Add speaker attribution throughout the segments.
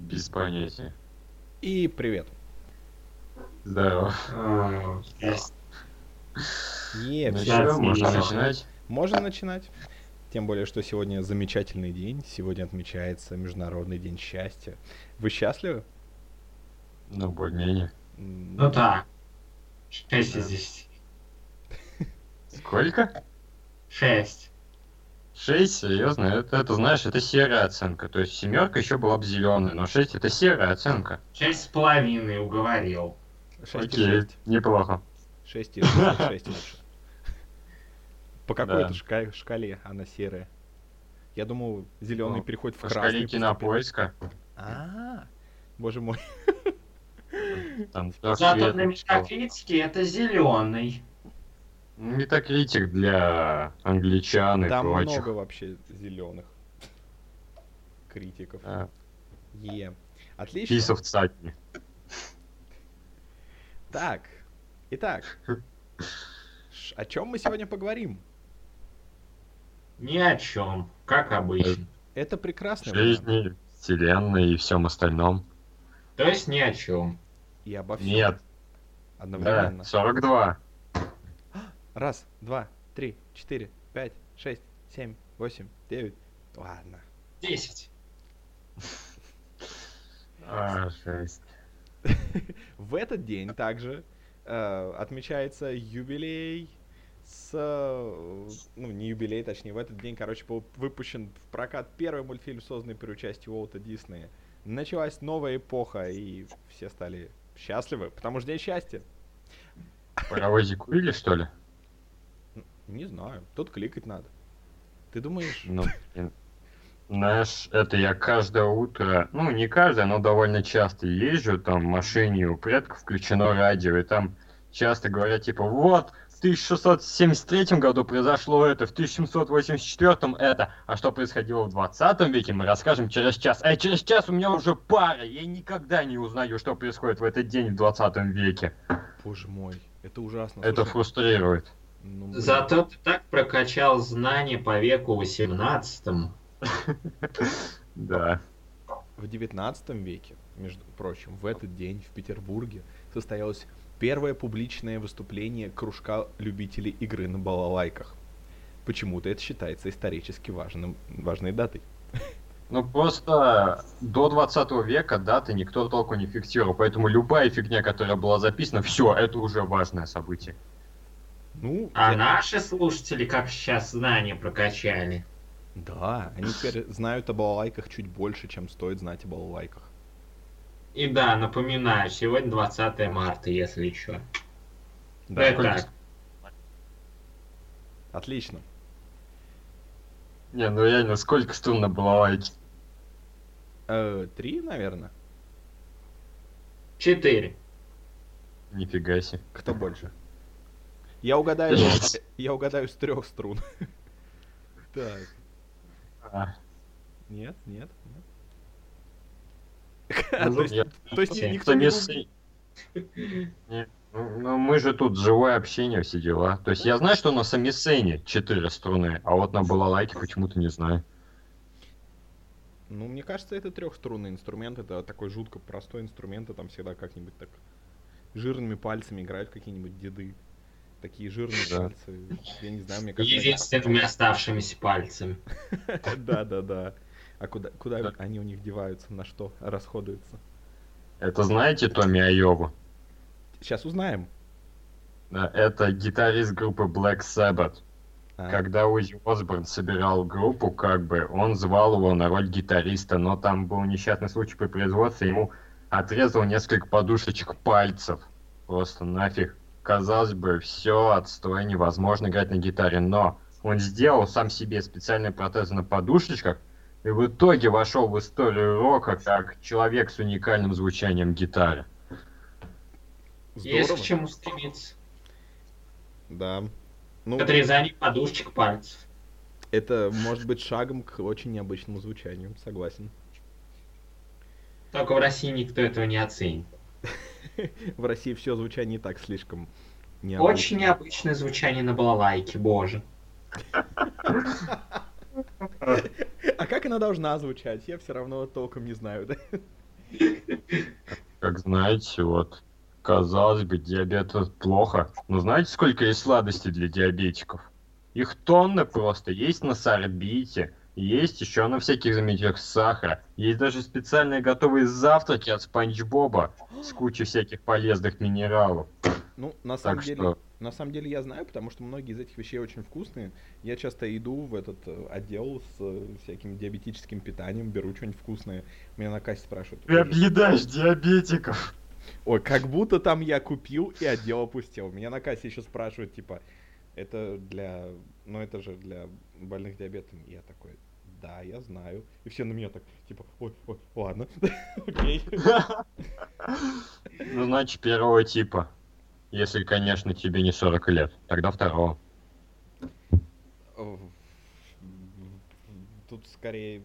Speaker 1: без понятия.
Speaker 2: И привет.
Speaker 1: Здорово.
Speaker 3: А, есть.
Speaker 2: Е,
Speaker 1: Ну
Speaker 2: всё.
Speaker 3: Начнём?
Speaker 1: чё, можно
Speaker 3: Начинай.
Speaker 1: начинать.
Speaker 2: Можно начинать. Тем более, что сегодня замечательный день. Сегодня отмечается Международный день счастья. Вы счастливы?
Speaker 1: Ну, более-менее.
Speaker 2: М,
Speaker 3: Ну так. 6 из 10.
Speaker 1: Сколько?
Speaker 3: 6.
Speaker 1: Шесть, серьезно, это, это, знаешь, это серая оценка. То есть семерка еще была бы зеленая, но шесть это серая оценка.
Speaker 3: 6 с половиной уговорил.
Speaker 2: шесть из
Speaker 1: Окей,
Speaker 2: шесть.
Speaker 1: неплохо.
Speaker 2: Шесть из шесть, шесть лучше. По какой-то
Speaker 1: Да.
Speaker 2: шка- шкале она серая. Я думал, зеленый
Speaker 1: Ну,
Speaker 2: переходит в
Speaker 1: По
Speaker 2: красный.
Speaker 1: шкале
Speaker 2: постепенно.
Speaker 1: кинопоиска,
Speaker 2: А, боже мой.
Speaker 1: там всё
Speaker 3: Зато на
Speaker 1: цветом стало.
Speaker 3: метакритике это зеленый.
Speaker 1: Метакритик для англичан Ну и
Speaker 2: Там
Speaker 1: прочих.
Speaker 2: много вообще зеленых критиков.
Speaker 1: Да.
Speaker 2: Е. Отлично.
Speaker 1: Писов цатни.
Speaker 2: Так, итак, ш- о чем мы сегодня поговорим?
Speaker 3: Ни о чем, как обычно.
Speaker 2: Это прекрасный вариант.
Speaker 1: Жизни, вселенной и всем остальном.
Speaker 3: То есть ни о чем.
Speaker 2: И обо всем
Speaker 1: Нет,
Speaker 2: одновременно.
Speaker 1: да, 42.
Speaker 2: Раз, два, три, четыре, пять, шесть, семь, восемь, девять. Ладно.
Speaker 3: 10.
Speaker 1: А, шесть.
Speaker 2: В этот день также э, отмечается юбилей с... э, Ну, не юбилей, точнее, в этот день, короче, был выпущен в прокат первый мультфильм, созданный при участии Уолта Диснея. Началась новая эпоха, и все стали счастливы, потому что день счастья.
Speaker 1: Паровозик курили, что ли?
Speaker 2: Н- Не знаю, тут кликать надо. Ты думаешь?
Speaker 1: Ну, блин. Знаешь, это я каждое утро, ну не каждое, но довольно часто езжу, там в машине у предков включено радио, и там часто говорят, типа, вот, в 1673 году произошло это, в 1784 это, а что происходило в 20 веке, мы расскажем через час. А через час у меня уже пара, я никогда не узнаю, что происходит в этот день в 20 веке.
Speaker 2: Боже мой, это ужасно.
Speaker 1: Это
Speaker 2: слушай.
Speaker 1: фрустрирует.
Speaker 2: Ну, блин.
Speaker 3: Зато ты так прокачал знания по веку 18
Speaker 1: Да.
Speaker 2: В 19 веке, между прочим, в этот день в Петербурге состоялось первое публичное выступление кружка любителей игры на балалайках. Почему-то это считается исторически важным, важной датой.
Speaker 1: Ну просто до 20 века даты никто толку не фиксировал, поэтому любая фигня, которая была записана, все, это уже важное событие.
Speaker 2: Ну,
Speaker 3: А
Speaker 2: я-
Speaker 3: наши слушатели, как сейчас, знания прокачали.
Speaker 2: да, они теперь знают о балалайках чуть больше, чем стоит знать о балалайках.
Speaker 3: И да, напоминаю, сегодня 20 марта, если что.
Speaker 2: Да,
Speaker 3: это
Speaker 1: конечно.
Speaker 3: так.
Speaker 2: Отлично.
Speaker 1: Не, ну реально, сколько струн на балалайке?
Speaker 2: Э, три, наверное?
Speaker 3: Четыре.
Speaker 1: Нифига себе.
Speaker 2: Кто больше? Я угадаю, я угадаю с трех струн. Так.
Speaker 1: А,
Speaker 2: Нет, нет, нет.
Speaker 1: ну,
Speaker 2: То есть-
Speaker 1: я-
Speaker 2: то есть
Speaker 3: Окей.
Speaker 2: никто
Speaker 1: Кто
Speaker 2: не
Speaker 1: не
Speaker 2: был-
Speaker 1: сы- Не, Ну ну, мы же тут живое общение, все дела. То есть я знаю, что на самисене 4 струны, а вот на балалайке почему-то не знаю.
Speaker 2: Ну, мне кажется, это трехструнный инструмент. Это такой жутко простой инструмент. И там всегда как-нибудь так жирными пальцами играют какие-нибудь деды. Такие жирные
Speaker 1: Да.
Speaker 2: пальцы. Я не знаю, мне кажется... они-
Speaker 3: Единственными оставшимися пальцами.
Speaker 2: Да, да, да. А куда, куда
Speaker 1: Да.
Speaker 2: они у них деваются, на что расходуются?
Speaker 1: Это знаете Томми Айову?
Speaker 2: Сейчас узнаем.
Speaker 1: Да, это гитарист группы Black Sabbath.
Speaker 2: А,
Speaker 1: Когда Узи Осборн собирал группу, как бы, он звал его на роль гитариста, но там был несчастный случай при производстве, ему отрезал несколько подушечек пальцев. Просто нафиг. Казалось бы, все отстой, невозможно играть на гитаре, но он сделал сам себе специальные протезы на подушечках, и в итоге вошел в историю рока как человек с уникальным звучанием гитары.
Speaker 2: Здорово.
Speaker 3: Есть к чему стремиться.
Speaker 2: Да. Ну,
Speaker 3: Отрезание подушечек пальцев.
Speaker 2: это может быть шагом к очень необычному звучанию, согласен.
Speaker 3: Только в России никто этого не оценит.
Speaker 2: В России все звучание и так слишком необычно.
Speaker 3: Очень необычное звучание на балалайке, боже.
Speaker 2: А как она должна звучать? Я все равно толком не знаю. да?
Speaker 1: Как знаете, вот, казалось бы, диабет это плохо. Но знаете, сколько есть сладостей для диабетиков? Их тонны просто. Есть на сорбите, есть еще на всяких заметках сахара. Есть даже специальные готовые завтраки от Спанч Боба с кучей всяких полезных минералов.
Speaker 2: Ну, на самом
Speaker 1: Так
Speaker 2: деле,
Speaker 1: что?
Speaker 2: на самом деле я знаю, потому что многие из этих вещей очень вкусные. Я часто иду в этот э, отдел с э, всяким диабетическим питанием, беру что-нибудь вкусное. Меня на кассе спрашивают.
Speaker 1: Ты
Speaker 2: «Ой,
Speaker 1: объедаешь диабетиков.
Speaker 2: Ой, как будто там я купил и отдел опустил. Меня на кассе еще спрашивают, типа, это для... Ну, это же для больных диабетом. И я такой, да, я знаю. И все на меня так, типа, ой, ой, ладно, окей.
Speaker 1: Ну, значит, первого типа. Если, конечно, тебе не 40 лет. Тогда второго.
Speaker 2: О, Тут скорее...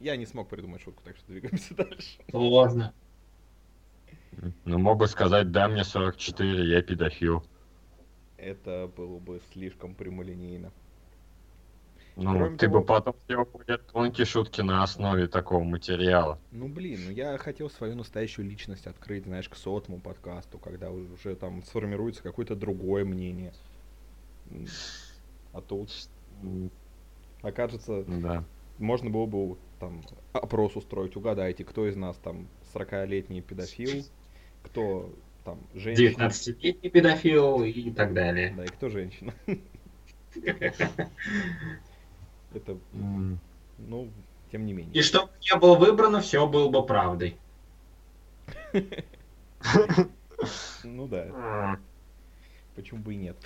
Speaker 2: Я не смог придумать шутку, так что двигаемся дальше.
Speaker 3: Сложно.
Speaker 1: Ну, мог бы сказать, да, мне 44, я педофил.
Speaker 2: Это было бы слишком прямолинейно.
Speaker 1: Ну,
Speaker 2: Кроме
Speaker 1: ты
Speaker 2: того-
Speaker 1: бы потом сделал более тонкие шутки на основе такого материала.
Speaker 2: Ну блин, ну я хотел свою настоящую личность открыть, знаешь, к сотому подкасту, когда уже там сформируется какое-то другое мнение. М, А тут
Speaker 1: М,
Speaker 2: окажется,
Speaker 1: Да.
Speaker 2: можно было бы там опрос устроить, угадайте, кто из нас там 40-летний педофил, кто там женщина,
Speaker 3: 19-летний педофил и так далее.
Speaker 2: да, и кто женщина. Это,
Speaker 1: М,
Speaker 2: ну, тем не
Speaker 3: И
Speaker 2: менее.
Speaker 3: чтобы не было выбрано, все было бы правдой.
Speaker 2: Ну да.
Speaker 1: м,
Speaker 2: Почему бы и нет?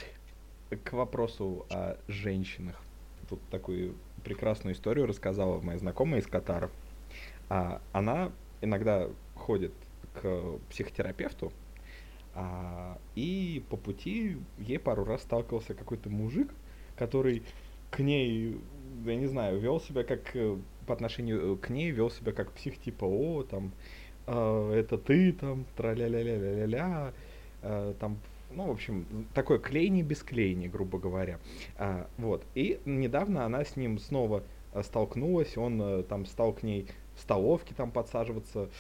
Speaker 2: К вопросу о женщинах. Тут такую прекрасную историю рассказала моя знакомая из Катара. А, она иногда ходит к психотерапевту, а, и по пути ей пару раз сталкивался какой-то мужик, который к ней, я не знаю, вел себя как э, по отношению к ней вел себя как псих типа о там э, это ты там траля-ля-ля-ля-ля-ля э, там ну, в общем, такое клейни без клейни, грубо говоря. А, вот. И недавно она с ним снова э, столкнулась, он э, там стал к ней в столовке там подсаживаться,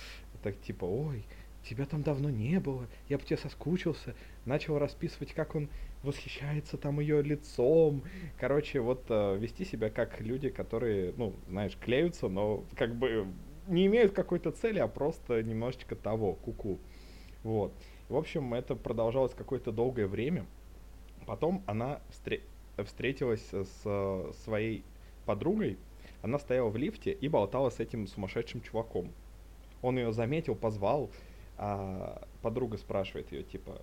Speaker 2: так типа, ой, тебя там давно не было, я по тебе соскучился, начал расписывать, как он восхищается там ее лицом. Короче, вот э, вести себя как люди, которые, ну, знаешь, клеются, но как бы не имеют какой-то цели, а просто немножечко того, куку. Вот. В общем, это продолжалось какое-то долгое время. Потом она встре- встретилась с э, своей подругой. Она стояла в лифте и болтала с этим сумасшедшим чуваком. Он ее заметил, позвал. а подруга спрашивает ее, типа,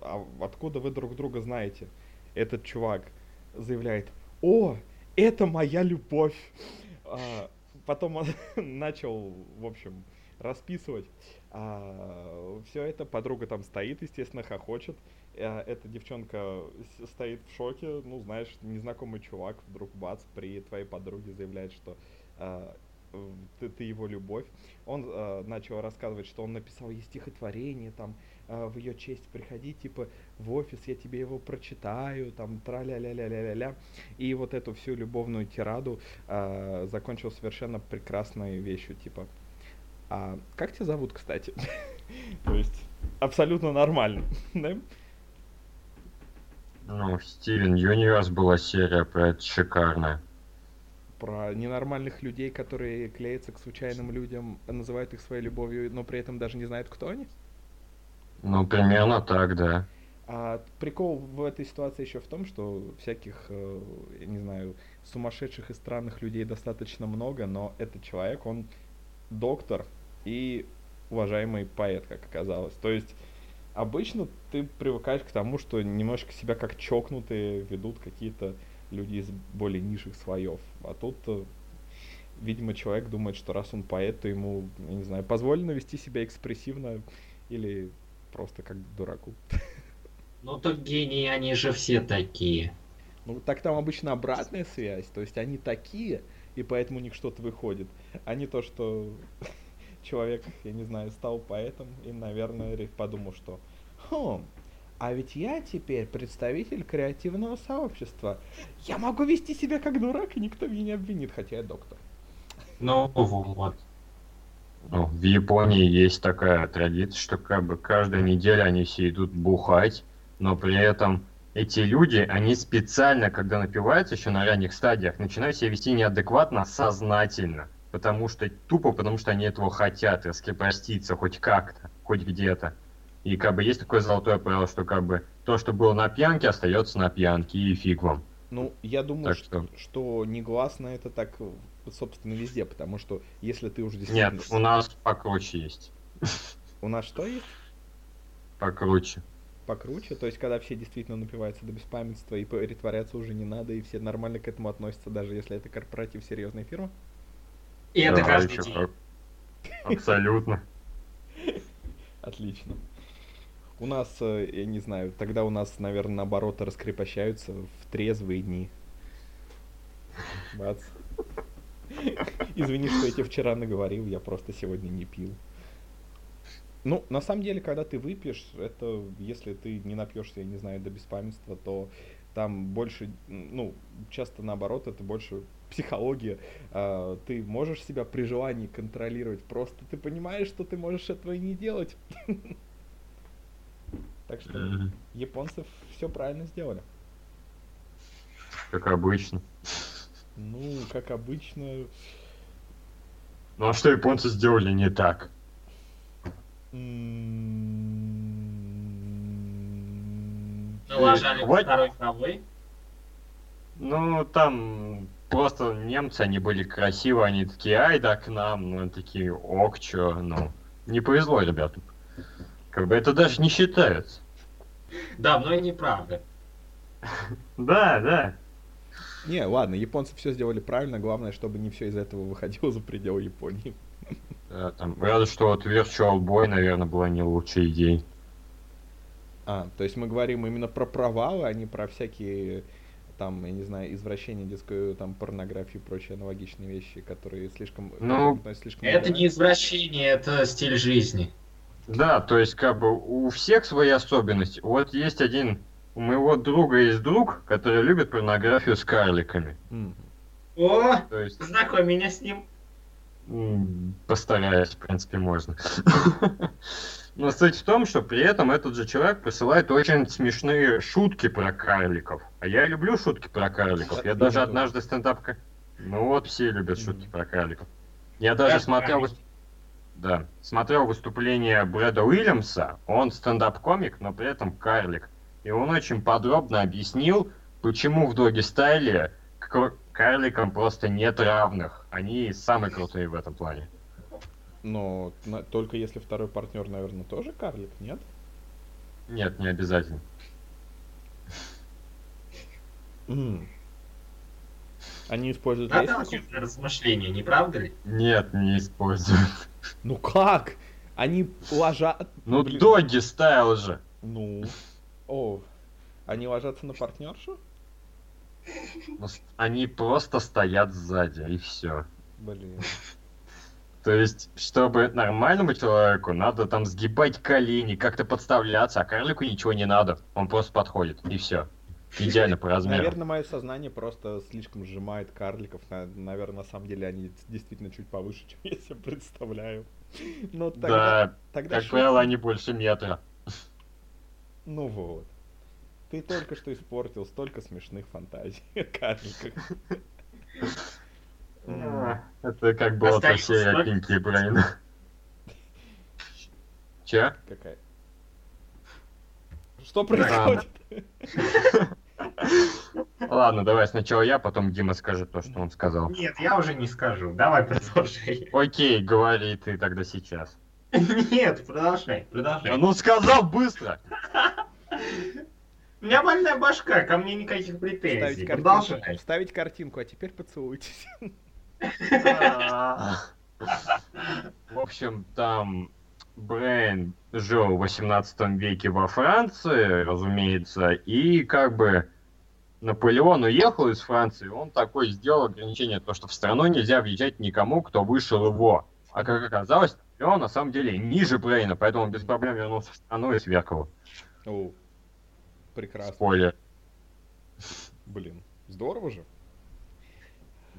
Speaker 2: «А откуда вы друг друга знаете? Этот чувак заявляет, о, это моя любовь. А, потом он начал, в общем, расписывать. все А, это подруга там стоит, естественно, хохочет. А, эта девчонка с- стоит в шоке. Ну, знаешь, незнакомый чувак вдруг бац при твоей подруге заявляет, что а, в- ты, ты его любовь. Он а, начал рассказывать, что он написал ей стихотворение, там, а, в ее честь приходи, типа, в офис, я тебе его прочитаю, там, тра-ля-ля-ля-ля-ля-ля. И вот эту всю любовную тираду а, закончил совершенно прекрасной вещью, типа, «А как тебя зовут, кстати? То есть, абсолютно нормально, да?
Speaker 1: Ну, Стивен Юниверс была серия про это шикарная.
Speaker 2: Про ненормальных людей, которые клеятся к случайным людям, называют их своей любовью, но при этом даже не знают, кто они.
Speaker 1: Ну, примерно так, да.
Speaker 2: А прикол в этой ситуации еще в том, что всяких, э, я не знаю, сумасшедших и странных людей достаточно много, но этот человек, он доктор и уважаемый поэт, как оказалось. То есть обычно ты привыкаешь к тому, что немножко себя как чокнутые ведут какие-то люди из более низших слоев. А тут, э, видимо, человек думает, что раз он поэт, то ему, я не знаю, позволено вести себя экспрессивно или просто как дураку.
Speaker 3: Ну так гении, они же все такие.
Speaker 2: Ну, так там обычно обратная связь, то есть они такие, и поэтому у них что-то выходит, а не то, что человек, я не знаю, стал поэтом и, наверное, ре- подумал, что «Хм, а ведь я теперь представитель креативного сообщества. Я могу вести себя как дурак, и никто меня не обвинит, хотя я доктор.
Speaker 3: Ну вот.
Speaker 1: Ну, в Японии есть такая традиция, что как бы каждую неделю они все идут бухать, но при этом эти люди, они специально, когда напиваются еще на ранних стадиях, начинают себя вести неадекватно, сознательно. Потому что тупо, потому что они этого хотят, раскрепоститься хоть как-то, хоть где-то. И как бы есть такое золотое правило, что как бы то, что было на пьянке, остается на пьянке и фиг вам.
Speaker 2: Ну, я думаю,
Speaker 1: Так
Speaker 2: что...
Speaker 1: что-
Speaker 2: что негласно это так, собственно, везде, потому что если ты уже действительно...
Speaker 1: Нет, у нас покруче есть.
Speaker 2: у нас что есть?
Speaker 1: Покруче.
Speaker 2: покруче, то есть когда все действительно напиваются до беспамятства и притворяться уже не надо, и все нормально к этому относятся, даже если это корпоратив серьезной фирмы.
Speaker 3: И это
Speaker 1: Да,
Speaker 3: каждый
Speaker 1: еще
Speaker 3: день.
Speaker 1: как. Абсолютно.
Speaker 2: Отлично. У нас, э, я не знаю, тогда у нас, наверное, наоборот раскрепощаются в трезвые дни. Бац. Извини, что я тебе вчера наговорил, я просто сегодня не пил. Ну, на самом деле, когда ты выпьешь, это если ты не напьешься, я не знаю, до беспамятства, то там больше, м, ну, часто наоборот, это больше психология. А, Ты можешь себя при желании контролировать, просто ты понимаешь, что ты можешь этого и не делать. Так что
Speaker 1: Мгм.
Speaker 2: японцы все правильно сделали.
Speaker 1: Как обычно.
Speaker 2: Ну, как обычно,
Speaker 1: Ну а что японцы сделали не так?
Speaker 2: м,
Speaker 3: Налажали
Speaker 1: Хватит.
Speaker 3: второй травы.
Speaker 1: Ну, там просто немцы, они были красивы, они такие, ай да к нам, ну, такие, ок, чё, ну, не повезло, ребята. Как бы это даже не считается.
Speaker 3: Давно и неправда.
Speaker 1: Да, да.
Speaker 2: Не, ладно, японцы все сделали правильно, главное, чтобы не все из этого выходило за пределы Японии.
Speaker 1: Да, там, рада, что вот Virtual Boy, наверное, была не лучшей идеей.
Speaker 2: А, то есть мы говорим именно про провалы, а не про всякие там, я не знаю, извращения детской там порнографии и прочие аналогичные вещи, которые слишком
Speaker 1: Ну,
Speaker 2: относятся слишком
Speaker 3: Это
Speaker 2: либерально.
Speaker 3: не извращение, это стиль жизни.
Speaker 1: Да, то есть, как бы, у всех свои особенности. Вот есть один, у моего друга есть друг, который любит порнографию с карликами.
Speaker 2: М.
Speaker 3: О,
Speaker 1: То есть,
Speaker 3: знакомь меня с ним.
Speaker 1: М, Постараюсь, в принципе, можно. Но суть в том, что при этом этот же человек присылает очень смешные шутки про карликов. А я люблю шутки про карликов. Я
Speaker 2: Я
Speaker 1: даже
Speaker 2: тоже.
Speaker 1: однажды стендап... Ну вот, все любят
Speaker 2: Мгм.
Speaker 1: шутки про карликов. Я даже
Speaker 3: Как
Speaker 1: смотрел...
Speaker 3: правильно.
Speaker 1: выс- Да, смотрел выступление Брэда Уильямса. Он стендап-комик, но при этом карлик. И он очень подробно объяснил, почему в Доги Стайле к карликам просто нет равных. Они самые крутые в этом плане.
Speaker 2: Но на- только если второй партнер, наверное, тоже карлик, нет?
Speaker 1: Нет, не обязательно.
Speaker 2: М. Они используют лестницу?
Speaker 3: Наталкивает на размышления, не правда ли?
Speaker 1: Нет, не использую.
Speaker 2: Ну как? Они ложат...
Speaker 1: Ну,
Speaker 2: Блин.
Speaker 1: Доги Стайл же.
Speaker 2: Ну. О, они ложатся на партнершу?
Speaker 1: Ну, с- Они просто стоят сзади, и все.
Speaker 2: Блин.
Speaker 1: То есть, чтобы нормальному человеку, надо там сгибать колени, как-то подставляться, а карлику ничего не надо. Он просто подходит, и все. Идеально по размеру.
Speaker 2: Наверное, мое сознание просто слишком сжимает карликов. На- Наверное, на самом деле они действительно чуть повыше, чем я себе представляю. Но тогда...
Speaker 1: Да,
Speaker 2: тогда
Speaker 1: как
Speaker 2: шутки.
Speaker 1: правило, они больше метра.
Speaker 2: Ну вот. Ты только что испортил столько смешных фантазий о карликах. М.
Speaker 1: А, Это как было по
Speaker 3: Остаётся
Speaker 1: серии
Speaker 3: так.
Speaker 1: Пинки и Брейн. Че?
Speaker 2: Какая? Что происходит?
Speaker 1: Ладно, давай сначала я, потом Дима скажет то, что он сказал.
Speaker 3: Нет, я уже не скажу. Давай продолжай.
Speaker 1: Окей, говори ты тогда сейчас.
Speaker 3: Нет, продолжай,
Speaker 1: Да
Speaker 3: продолжай.
Speaker 1: Ну сказал быстро!
Speaker 3: У меня больная башка, ко мне никаких претензий.
Speaker 2: Вставить
Speaker 3: Продолжай.
Speaker 2: картинку. Вставить картинку, а теперь поцелуйтесь.
Speaker 1: А. В общем, там Брейн жил в 18 веке во Франции, разумеется, и как бы Наполеон уехал из Франции, он такой сделал ограничение, то, что в страну нельзя въезжать никому, кто вышел его. А как оказалось, Наполеон на самом деле ниже Брейна, поэтому он без проблем вернулся в страну и сверг его.
Speaker 2: О, прекрасно.
Speaker 1: Спойлер.
Speaker 2: Блин, здорово же.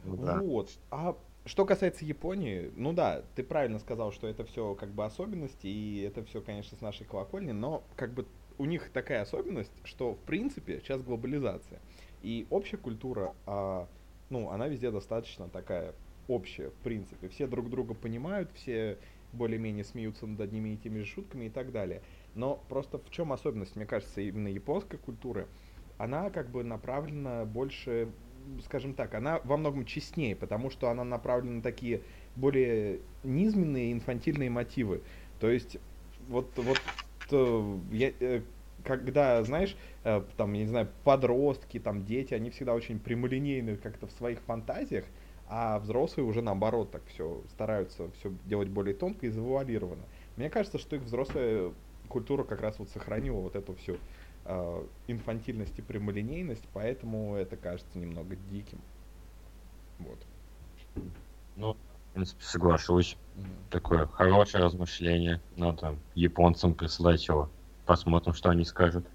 Speaker 1: Ну да.
Speaker 2: Вот. А Что касается Японии, ну да, ты правильно сказал, что это все как бы особенности, и это все, конечно, с нашей колокольни, но как бы у них такая особенность, что в принципе сейчас глобализация. И общая культура, а, ну, она везде достаточно такая общая, в принципе. Все друг друга понимают, все более-менее смеются над одними и теми же шутками и так далее. Но просто в чем особенность, мне кажется, именно японской культуры? Она как бы направлена больше, скажем так, она во многом честнее, потому что она направлена на такие более низменные инфантильные мотивы. То есть вот, вот э, я, э, когда, знаешь, э, там, я не знаю, подростки, там, дети, они всегда очень прямолинейны как-то в своих фантазиях, а взрослые уже наоборот так все стараются все делать более тонко и завуалированно. Мне кажется, что их взрослая культура как раз вот сохранила вот эту всю э, инфантильность и прямолинейность, поэтому это кажется немного диким. Вот.
Speaker 1: Ну, в принципе, соглашусь. Такое хорошее размышление. Надо там японцам прислать его. Посмотрим, что они скажут.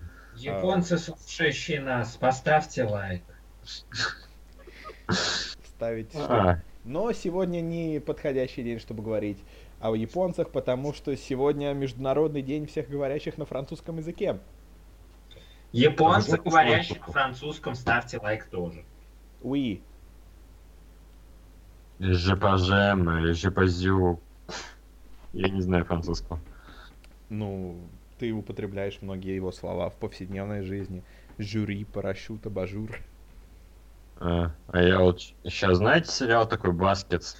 Speaker 1: А.
Speaker 3: Японцы, слушающие нас, поставьте лайк.
Speaker 2: Ставить что.
Speaker 1: А,
Speaker 2: Но сегодня не подходящий день, чтобы говорить о японцах, потому что сегодня Международный день всех говорящих на французском языке.
Speaker 3: Японцы,
Speaker 1: Можно
Speaker 3: говорящие на
Speaker 1: послушать?
Speaker 3: французском, ставьте лайк тоже.
Speaker 2: Уи.
Speaker 1: Жепажем, жепазю. Я не знаю французского.
Speaker 2: Ну, ты употребляешь многие его слова в повседневной жизни. Жюри, парашют, абажур.
Speaker 1: А, а я вот сейчас, знаете, сериал такой «Баскетс»?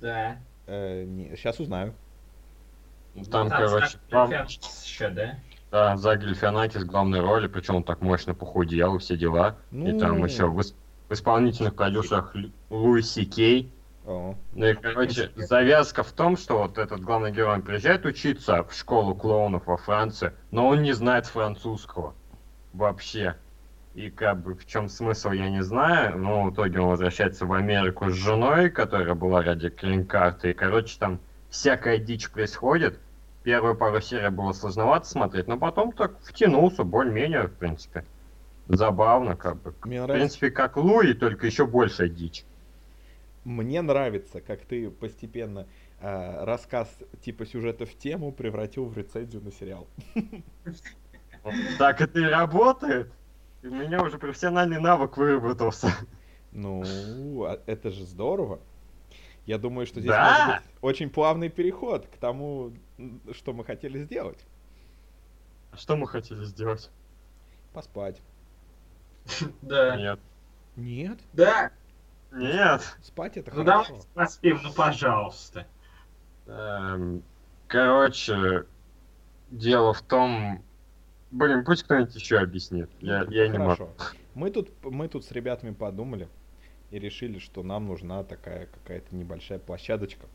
Speaker 3: Да.
Speaker 2: сейчас Э, узнаю.
Speaker 1: Ну, Там,
Speaker 3: Там
Speaker 1: короче,
Speaker 3: Зак
Speaker 1: глав-
Speaker 3: Гальфианакис еще, да?
Speaker 1: да, за в главной роли, причем он так мощно похудел и все дела. И
Speaker 2: Ну.
Speaker 1: там еще в, ис- в исполнительных продюсерах Лю- Луиси Кей.
Speaker 2: О,
Speaker 1: Ну и, короче, завязка в том, что вот этот главный герой он приезжает учиться в школу клоунов во Франции, но он не знает французского вообще. И как бы в чем смысл, я не знаю, но в итоге он возвращается в Америку с женой, которая была ради крин-карты, и, короче, там всякая дичь происходит. Первую пару серий было сложновато смотреть, но потом так втянулся, более-менее, в принципе. Забавно, как бы.
Speaker 2: мне
Speaker 1: В
Speaker 2: нравится,
Speaker 1: принципе, как Луи, только еще большая дичь.
Speaker 2: мне нравится, как ты постепенно э, рассказ типа сюжета в тему превратил в рецензию на сериал.
Speaker 1: Так это и работает. И у меня уже профессиональный навык выработался.
Speaker 2: Ну, а это же здорово. Я думаю, что здесь
Speaker 1: Да!
Speaker 2: может быть очень плавный переход к тому, м, что мы хотели сделать.
Speaker 1: А Что мы хотели сделать?
Speaker 2: Поспать.
Speaker 3: Да.
Speaker 1: Нет.
Speaker 2: Нет,
Speaker 3: Да.
Speaker 1: Нет.
Speaker 2: спать это
Speaker 3: Ну
Speaker 2: хорошо.
Speaker 3: давайте поспим, ну пожалуйста.
Speaker 1: Эм, Короче, дело в том... Блин, пусть кто-нибудь еще объяснит. Я, я не могу.
Speaker 2: Хорошо. Мы тут, мы тут с ребятами подумали и решили, что нам нужна такая какая-то небольшая площадочка.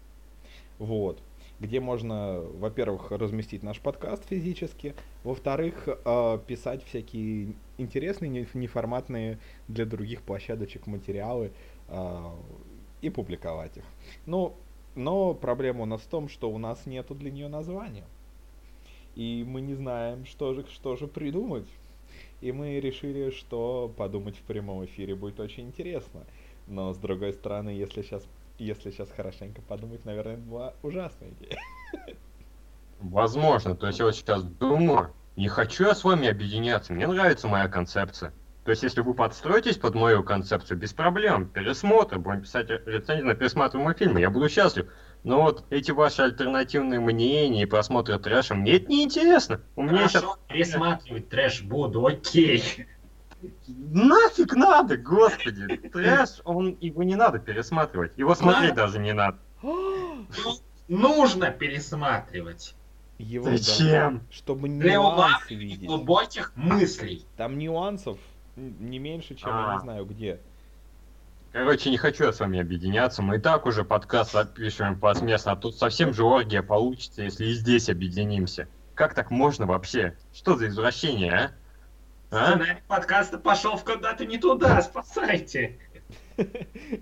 Speaker 2: Вот. Где можно, во-первых, разместить наш подкаст физически, во-вторых, э, писать всякие интересные, не- неформатные для других площадочек материалы э, и публиковать их. Ну, но проблема у нас в том, что у нас нету для нее названия. И мы не знаем, что же, что же придумать. И мы решили, что подумать в прямом эфире будет очень интересно. Но с другой стороны, если сейчас, если сейчас хорошенько подумать, наверное, это была ужасная идея.
Speaker 1: Возможно. То есть я вот сейчас думаю, не хочу я с вами объединяться. Мне нравится моя концепция. То есть, если вы подстроитесь под мою концепцию, без проблем, пересмотр, будем писать ре- рецензию на пересматриваемый фильм, я буду счастлив. Но вот эти ваши альтернативные мнения и просмотры трэша, мне это неинтересно. У меня сейчас...
Speaker 3: Хорошо, пересматривать трэш буду, окей.
Speaker 1: Нафиг надо, господи! Трэш, он... Его не надо пересматривать. Его смотреть даже не надо.
Speaker 3: Нужно пересматривать.
Speaker 2: Его даже-
Speaker 1: Зачем?
Speaker 2: Чтобы
Speaker 3: Для
Speaker 2: нюанс
Speaker 3: улавливания
Speaker 2: видеть.
Speaker 3: глубоких мыслей.
Speaker 2: Там нюансов м, не меньше, чем я не
Speaker 1: А.
Speaker 2: знаю где.
Speaker 1: Короче, не хочу я с вами объединяться. Мы и так уже подкаст запишем посместно, а тут совсем Джоргия получится, если и здесь объединимся. Как так можно вообще? Что за извращение, а? а?
Speaker 3: Сценарий подкаста пошел в куда-то не туда, спасайте.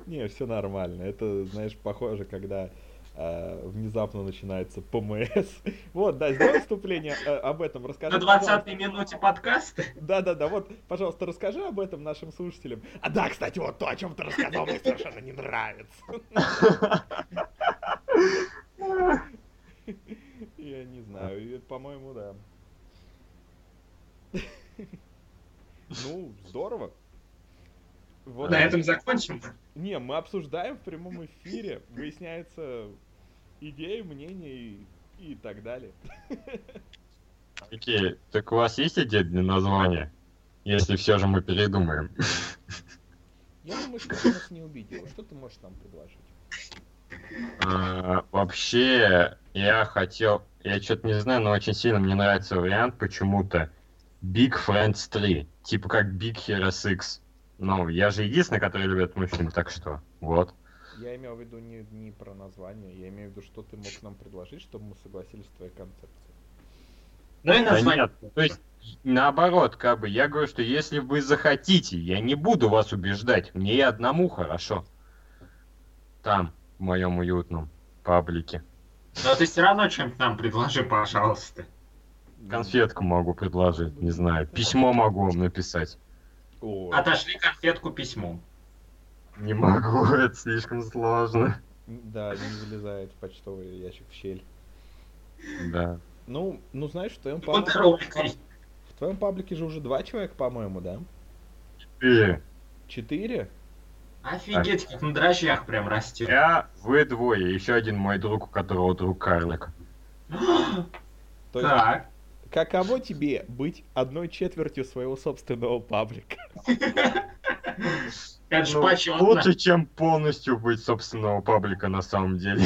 Speaker 2: Не, все нормально. Это, знаешь, похоже, когда э, внезапно начинается ПМС. Вот, да, сделай вступление э, об этом, расскажи.
Speaker 3: На 20-й минуте подкаста.
Speaker 2: Да-да-да, вот, пожалуйста, расскажи об этом нашим слушателям. А да, кстати, вот то, о чем ты рассказал, мне совершенно не нравится. Я не знаю, и, по-моему, да. Ну, здорово. Вот.
Speaker 3: На этом закончим.
Speaker 2: Не, мы обсуждаем в прямом эфире, выясняется идеи, мнения и, и так далее.
Speaker 1: Окей, так у вас есть идея для названия? Если все же мы передумаем.
Speaker 2: Я думаю, что ты нас не убедил. Что ты можешь нам предложить?
Speaker 1: А, Вообще, я хотел... Я что-то не знаю, но очень сильно мне нравится вариант почему-то. Big Friends 3. Типа как Big Heroes X. Ну, я же единственный, который любит мужчин, так что вот.
Speaker 2: Я имел в виду не, не про название, я имею в виду, что ты мог нам предложить, чтобы мы согласились с твоей концепцией.
Speaker 3: Ну и
Speaker 1: Да
Speaker 3: название.
Speaker 1: нет, то есть наоборот, как бы я говорю, что если вы захотите, я не буду вас убеждать, мне и одному хорошо. Там, в моем уютном паблике.
Speaker 3: Но ты все равно чем-то нам предложи, пожалуйста.
Speaker 2: Ну,
Speaker 1: Конфетку могу предложить, не знаю. Письмо могу вам написать.
Speaker 2: О,
Speaker 3: Отошли конфетку письмом.
Speaker 1: Не могу, это слишком сложно.
Speaker 2: да, не залезает в почтовый ящик в щель.
Speaker 1: Да.
Speaker 2: Ну, ну знаешь, в твоем
Speaker 3: Вот
Speaker 2: паблике,
Speaker 3: роликой.
Speaker 2: в твоем паблике же уже два человека, по-моему, да?
Speaker 1: И
Speaker 2: Четыре?
Speaker 3: Офигеть, как на дрожжах прям растет.
Speaker 1: я, вы двое, еще один мой друг, у которого друг карлик.
Speaker 2: То есть,
Speaker 3: Так.
Speaker 2: каково тебе быть одной четвертью своего собственного паблика?
Speaker 3: Это же
Speaker 1: Ну,
Speaker 3: почетно.
Speaker 1: лучше, чем полностью быть собственного паблика на самом деле.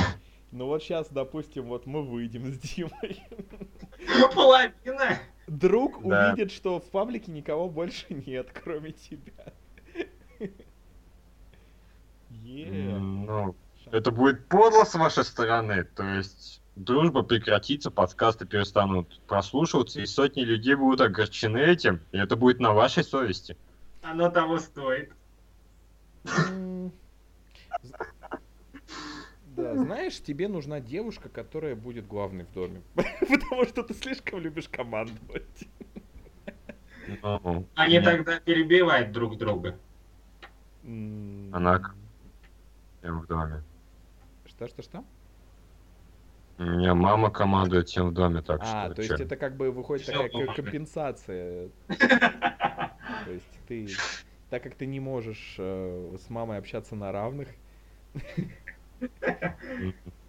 Speaker 2: Ну вот сейчас, допустим, вот мы выйдем с Димой.
Speaker 3: Половина.
Speaker 2: Друг
Speaker 1: Да.
Speaker 2: увидит, что в паблике никого больше нет, кроме тебя. Е.
Speaker 1: М, Ну, это будет подло с вашей стороны. То есть дружба прекратится, подкасты перестанут прослушиваться, и сотни людей будут огорчены этим, и это будет на вашей совести.
Speaker 3: Оно того стоит.
Speaker 2: М. З- Да, знаешь, тебе нужна девушка, которая будет главной в доме. Потому что ты слишком любишь командовать.
Speaker 1: Ну,
Speaker 3: Они
Speaker 1: нет,
Speaker 3: тогда перебивают друг друга.
Speaker 2: М.
Speaker 1: Она к- всем в доме.
Speaker 2: Что, что, что?
Speaker 1: У меня мама командует всем в доме, так что...
Speaker 2: А, то есть
Speaker 1: чё.
Speaker 2: это как бы выходит
Speaker 3: Всё,
Speaker 2: такая ко-
Speaker 3: помогай.
Speaker 2: компенсация. То есть ты, так как ты не можешь э, с мамой общаться на равных,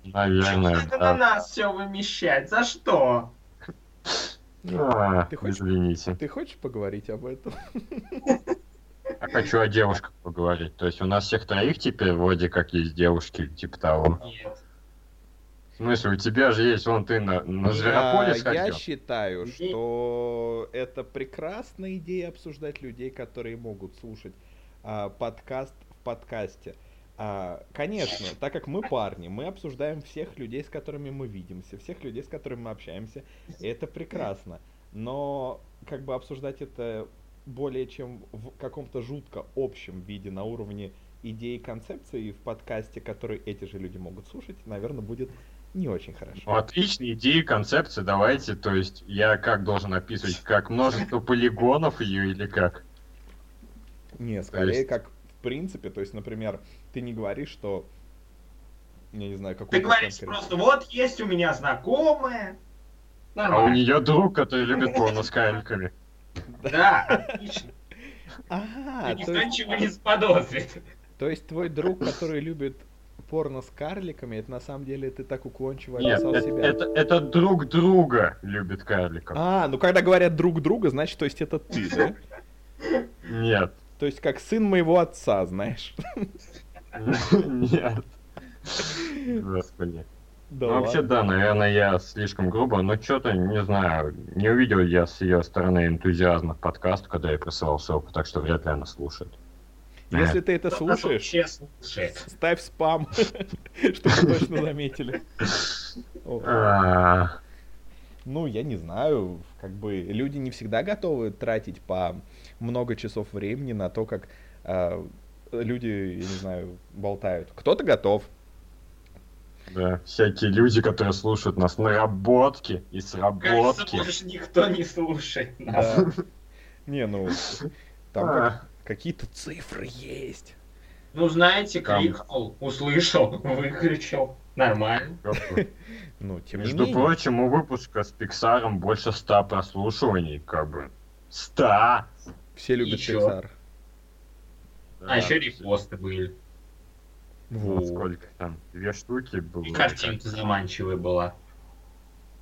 Speaker 1: Наверное,
Speaker 3: Надо на
Speaker 1: да.
Speaker 3: нас все вымещать. За что?
Speaker 1: А,
Speaker 2: Ты хочешь-
Speaker 1: извините.
Speaker 2: ты хочешь поговорить об этом?
Speaker 1: Я А хочу о девушках поговорить. То есть у нас всех троих теперь вроде как есть девушки, типа того.
Speaker 3: Нет.
Speaker 1: В смысле, у тебя же есть, вон ты на, на
Speaker 2: Я,
Speaker 1: Зверополис
Speaker 2: А, я
Speaker 1: ходил.
Speaker 2: считаю,
Speaker 3: Людей-
Speaker 2: что это прекрасная идея обсуждать людей, которые могут слушать а, подкаст в подкасте. А, конечно, так как мы парни, мы обсуждаем всех людей, с которыми мы видимся, всех людей, с которыми мы общаемся. И это прекрасно. Но как бы обсуждать это более чем в каком-то жутко общем виде на уровне идеи и концепции в подкасте, который эти же люди могут слушать, наверное, будет не очень хорошо.
Speaker 1: Ну, Отличные идеи, концепции, давайте. То есть я как должен описывать, как множество полигонов ее или как?
Speaker 2: Не, скорее как в принципе, то есть, например, ты не говоришь, что я не знаю, какой
Speaker 3: Ты говоришь просто, вот есть у меня знакомая.
Speaker 1: А у
Speaker 3: Нормально.
Speaker 1: нее друг, который любит порно с карликами.
Speaker 3: Да, отлично.
Speaker 2: А,
Speaker 3: И
Speaker 2: то
Speaker 3: Никто
Speaker 2: есть,
Speaker 3: ничего не сподозрит.
Speaker 2: то есть твой друг, который любит порно с карликами, это на самом деле ты так уклончиво
Speaker 1: Нет,
Speaker 2: описал
Speaker 1: это,
Speaker 2: себя.
Speaker 1: это- это друг друга любит карликов.
Speaker 2: А, ну когда говорят друг друга, значит, то есть это ты, да?
Speaker 1: Нет.
Speaker 2: То есть как сын моего отца, знаешь.
Speaker 1: Нет. Господи.
Speaker 2: Да
Speaker 1: Ну, вообще,
Speaker 2: ладно.
Speaker 1: да, наверное, я слишком грубо, но что-то, не знаю, не увидел я с ее стороны энтузиазма в подкасту, когда я присылал ссылку, так что вряд ли она слушает.
Speaker 2: Если ты это
Speaker 3: Кто-то
Speaker 2: слушаешь,
Speaker 3: вообще слушает.
Speaker 2: ставь спам, чтобы точно заметили. О.
Speaker 1: А,
Speaker 2: Ну, я не знаю, как бы люди не всегда готовы тратить по много часов времени на то, как а, э, люди, я не знаю, болтают. Кто-то готов.
Speaker 1: Да, всякие люди, которые слушают нас наработки и
Speaker 3: Кажется,
Speaker 1: сработки.
Speaker 3: больше никто не слушает нас.
Speaker 2: Да. Не, ну, там как-
Speaker 1: А,
Speaker 2: какие-то цифры есть.
Speaker 3: Ну, знаете,
Speaker 1: Там.
Speaker 3: кликнул, услышал, выключил. Нормально.
Speaker 1: просто.
Speaker 2: Ну, тем не
Speaker 1: Между
Speaker 2: менее.
Speaker 1: прочим, у выпуска с Пиксаром больше ста прослушиваний, как бы. Ста!
Speaker 2: Все любят
Speaker 3: чё?
Speaker 2: Pixar.
Speaker 1: Да,
Speaker 3: А еще репосты были.
Speaker 1: вот
Speaker 2: Во.
Speaker 1: сколько там? Две штуки было.
Speaker 3: И картинка заманчивая была.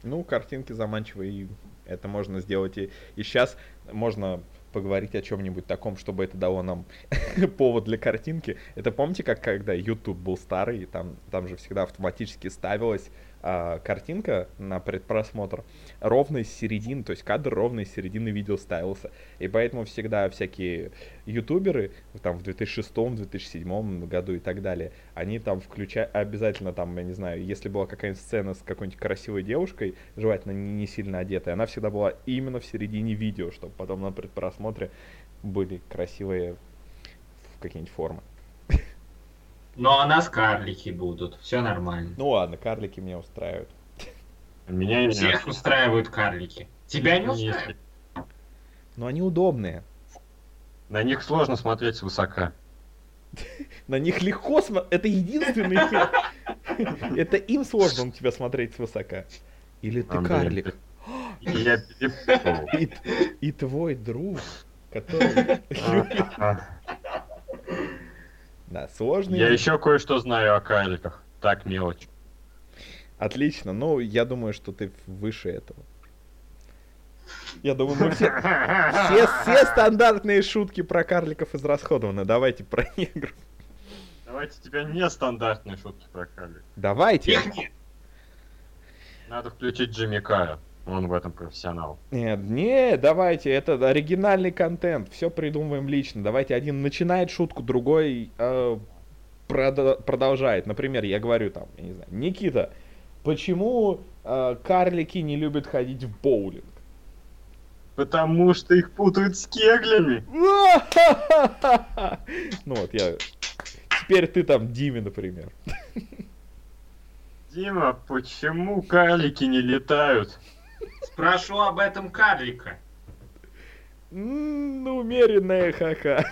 Speaker 2: Ну, картинки заманчивые, и это можно сделать и, и сейчас можно поговорить о чем-нибудь таком, чтобы это дало нам повод для картинки. Это помните, как когда YouTube был старый, и там, там же всегда автоматически ставилась а, картинка на предпросмотр ровно из середины, то есть кадр ровно из середины видео ставился. И поэтому всегда всякие ютуберы, там в 2006-2007 году и так далее, они там включают, обязательно там, я не знаю, если была какая-нибудь сцена с какой-нибудь красивой девушкой, желательно не, не сильно одетой, она всегда была именно в середине видео, чтобы потом на предпросмотре были красивые в какие-нибудь формы.
Speaker 3: Но Ну, а у нас карлики будут. Все нормально.
Speaker 2: Ну ладно, карлики меня устраивают.
Speaker 1: Меня не
Speaker 3: Всех устраивают карлики. Тебя не
Speaker 1: Если-
Speaker 3: устраивает?
Speaker 2: Но они удобные.
Speaker 1: На них сложно смотреть свысока.
Speaker 2: На них легко смотреть. Это единственный фильм. Это им сложно на тебя смотреть свысока. Или ты
Speaker 1: Андрей,
Speaker 2: карлик.
Speaker 1: ты- Я перепутал.
Speaker 2: И, т- и твой друг, который любит...
Speaker 1: А,
Speaker 2: Да, сложный.
Speaker 1: Я еще кое-что знаю о карликах. Так, мелочь.
Speaker 2: Отлично, ну, я думаю, что ты выше этого. Я думаю, мы все, все, все стандартные шутки про карликов израсходованы. Давайте про негров.
Speaker 1: Давайте тебя нестандартные шутки про карликов.
Speaker 2: Давайте.
Speaker 3: Их нет.
Speaker 1: Надо включить Джимми Кара. Он в этом профессионал.
Speaker 2: Нет, не, давайте, это оригинальный контент, все придумываем лично. Давайте один начинает шутку, другой э, прода- продолжает. Например, я говорю там, я не знаю, Никита, почему э, карлики не любят ходить в боулинг?
Speaker 1: Потому что их путают с кеглями.
Speaker 2: Ну вот я. Теперь ты там Диме, например.
Speaker 1: Дима, почему карлики не летают?
Speaker 3: Спрошу об этом карлика.
Speaker 2: М, ну, Умеренная ха-ха.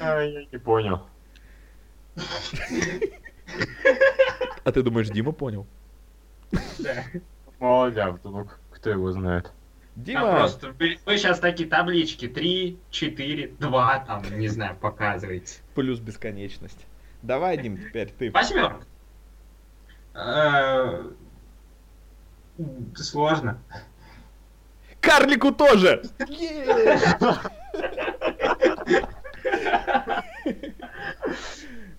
Speaker 1: А, я не понял.
Speaker 2: А ты думаешь, Дима понял?
Speaker 3: Да.
Speaker 1: Моля, вдруг. Кто его знает.
Speaker 3: Там
Speaker 2: Дима,
Speaker 3: просто вы, сейчас такие таблички 3, 4, 2, там, не знаю, показываете.
Speaker 2: плюс бесконечность. Давай, Дим, теперь ты.
Speaker 3: Восьмерка. Э, м, Сложно.
Speaker 2: Карлику тоже!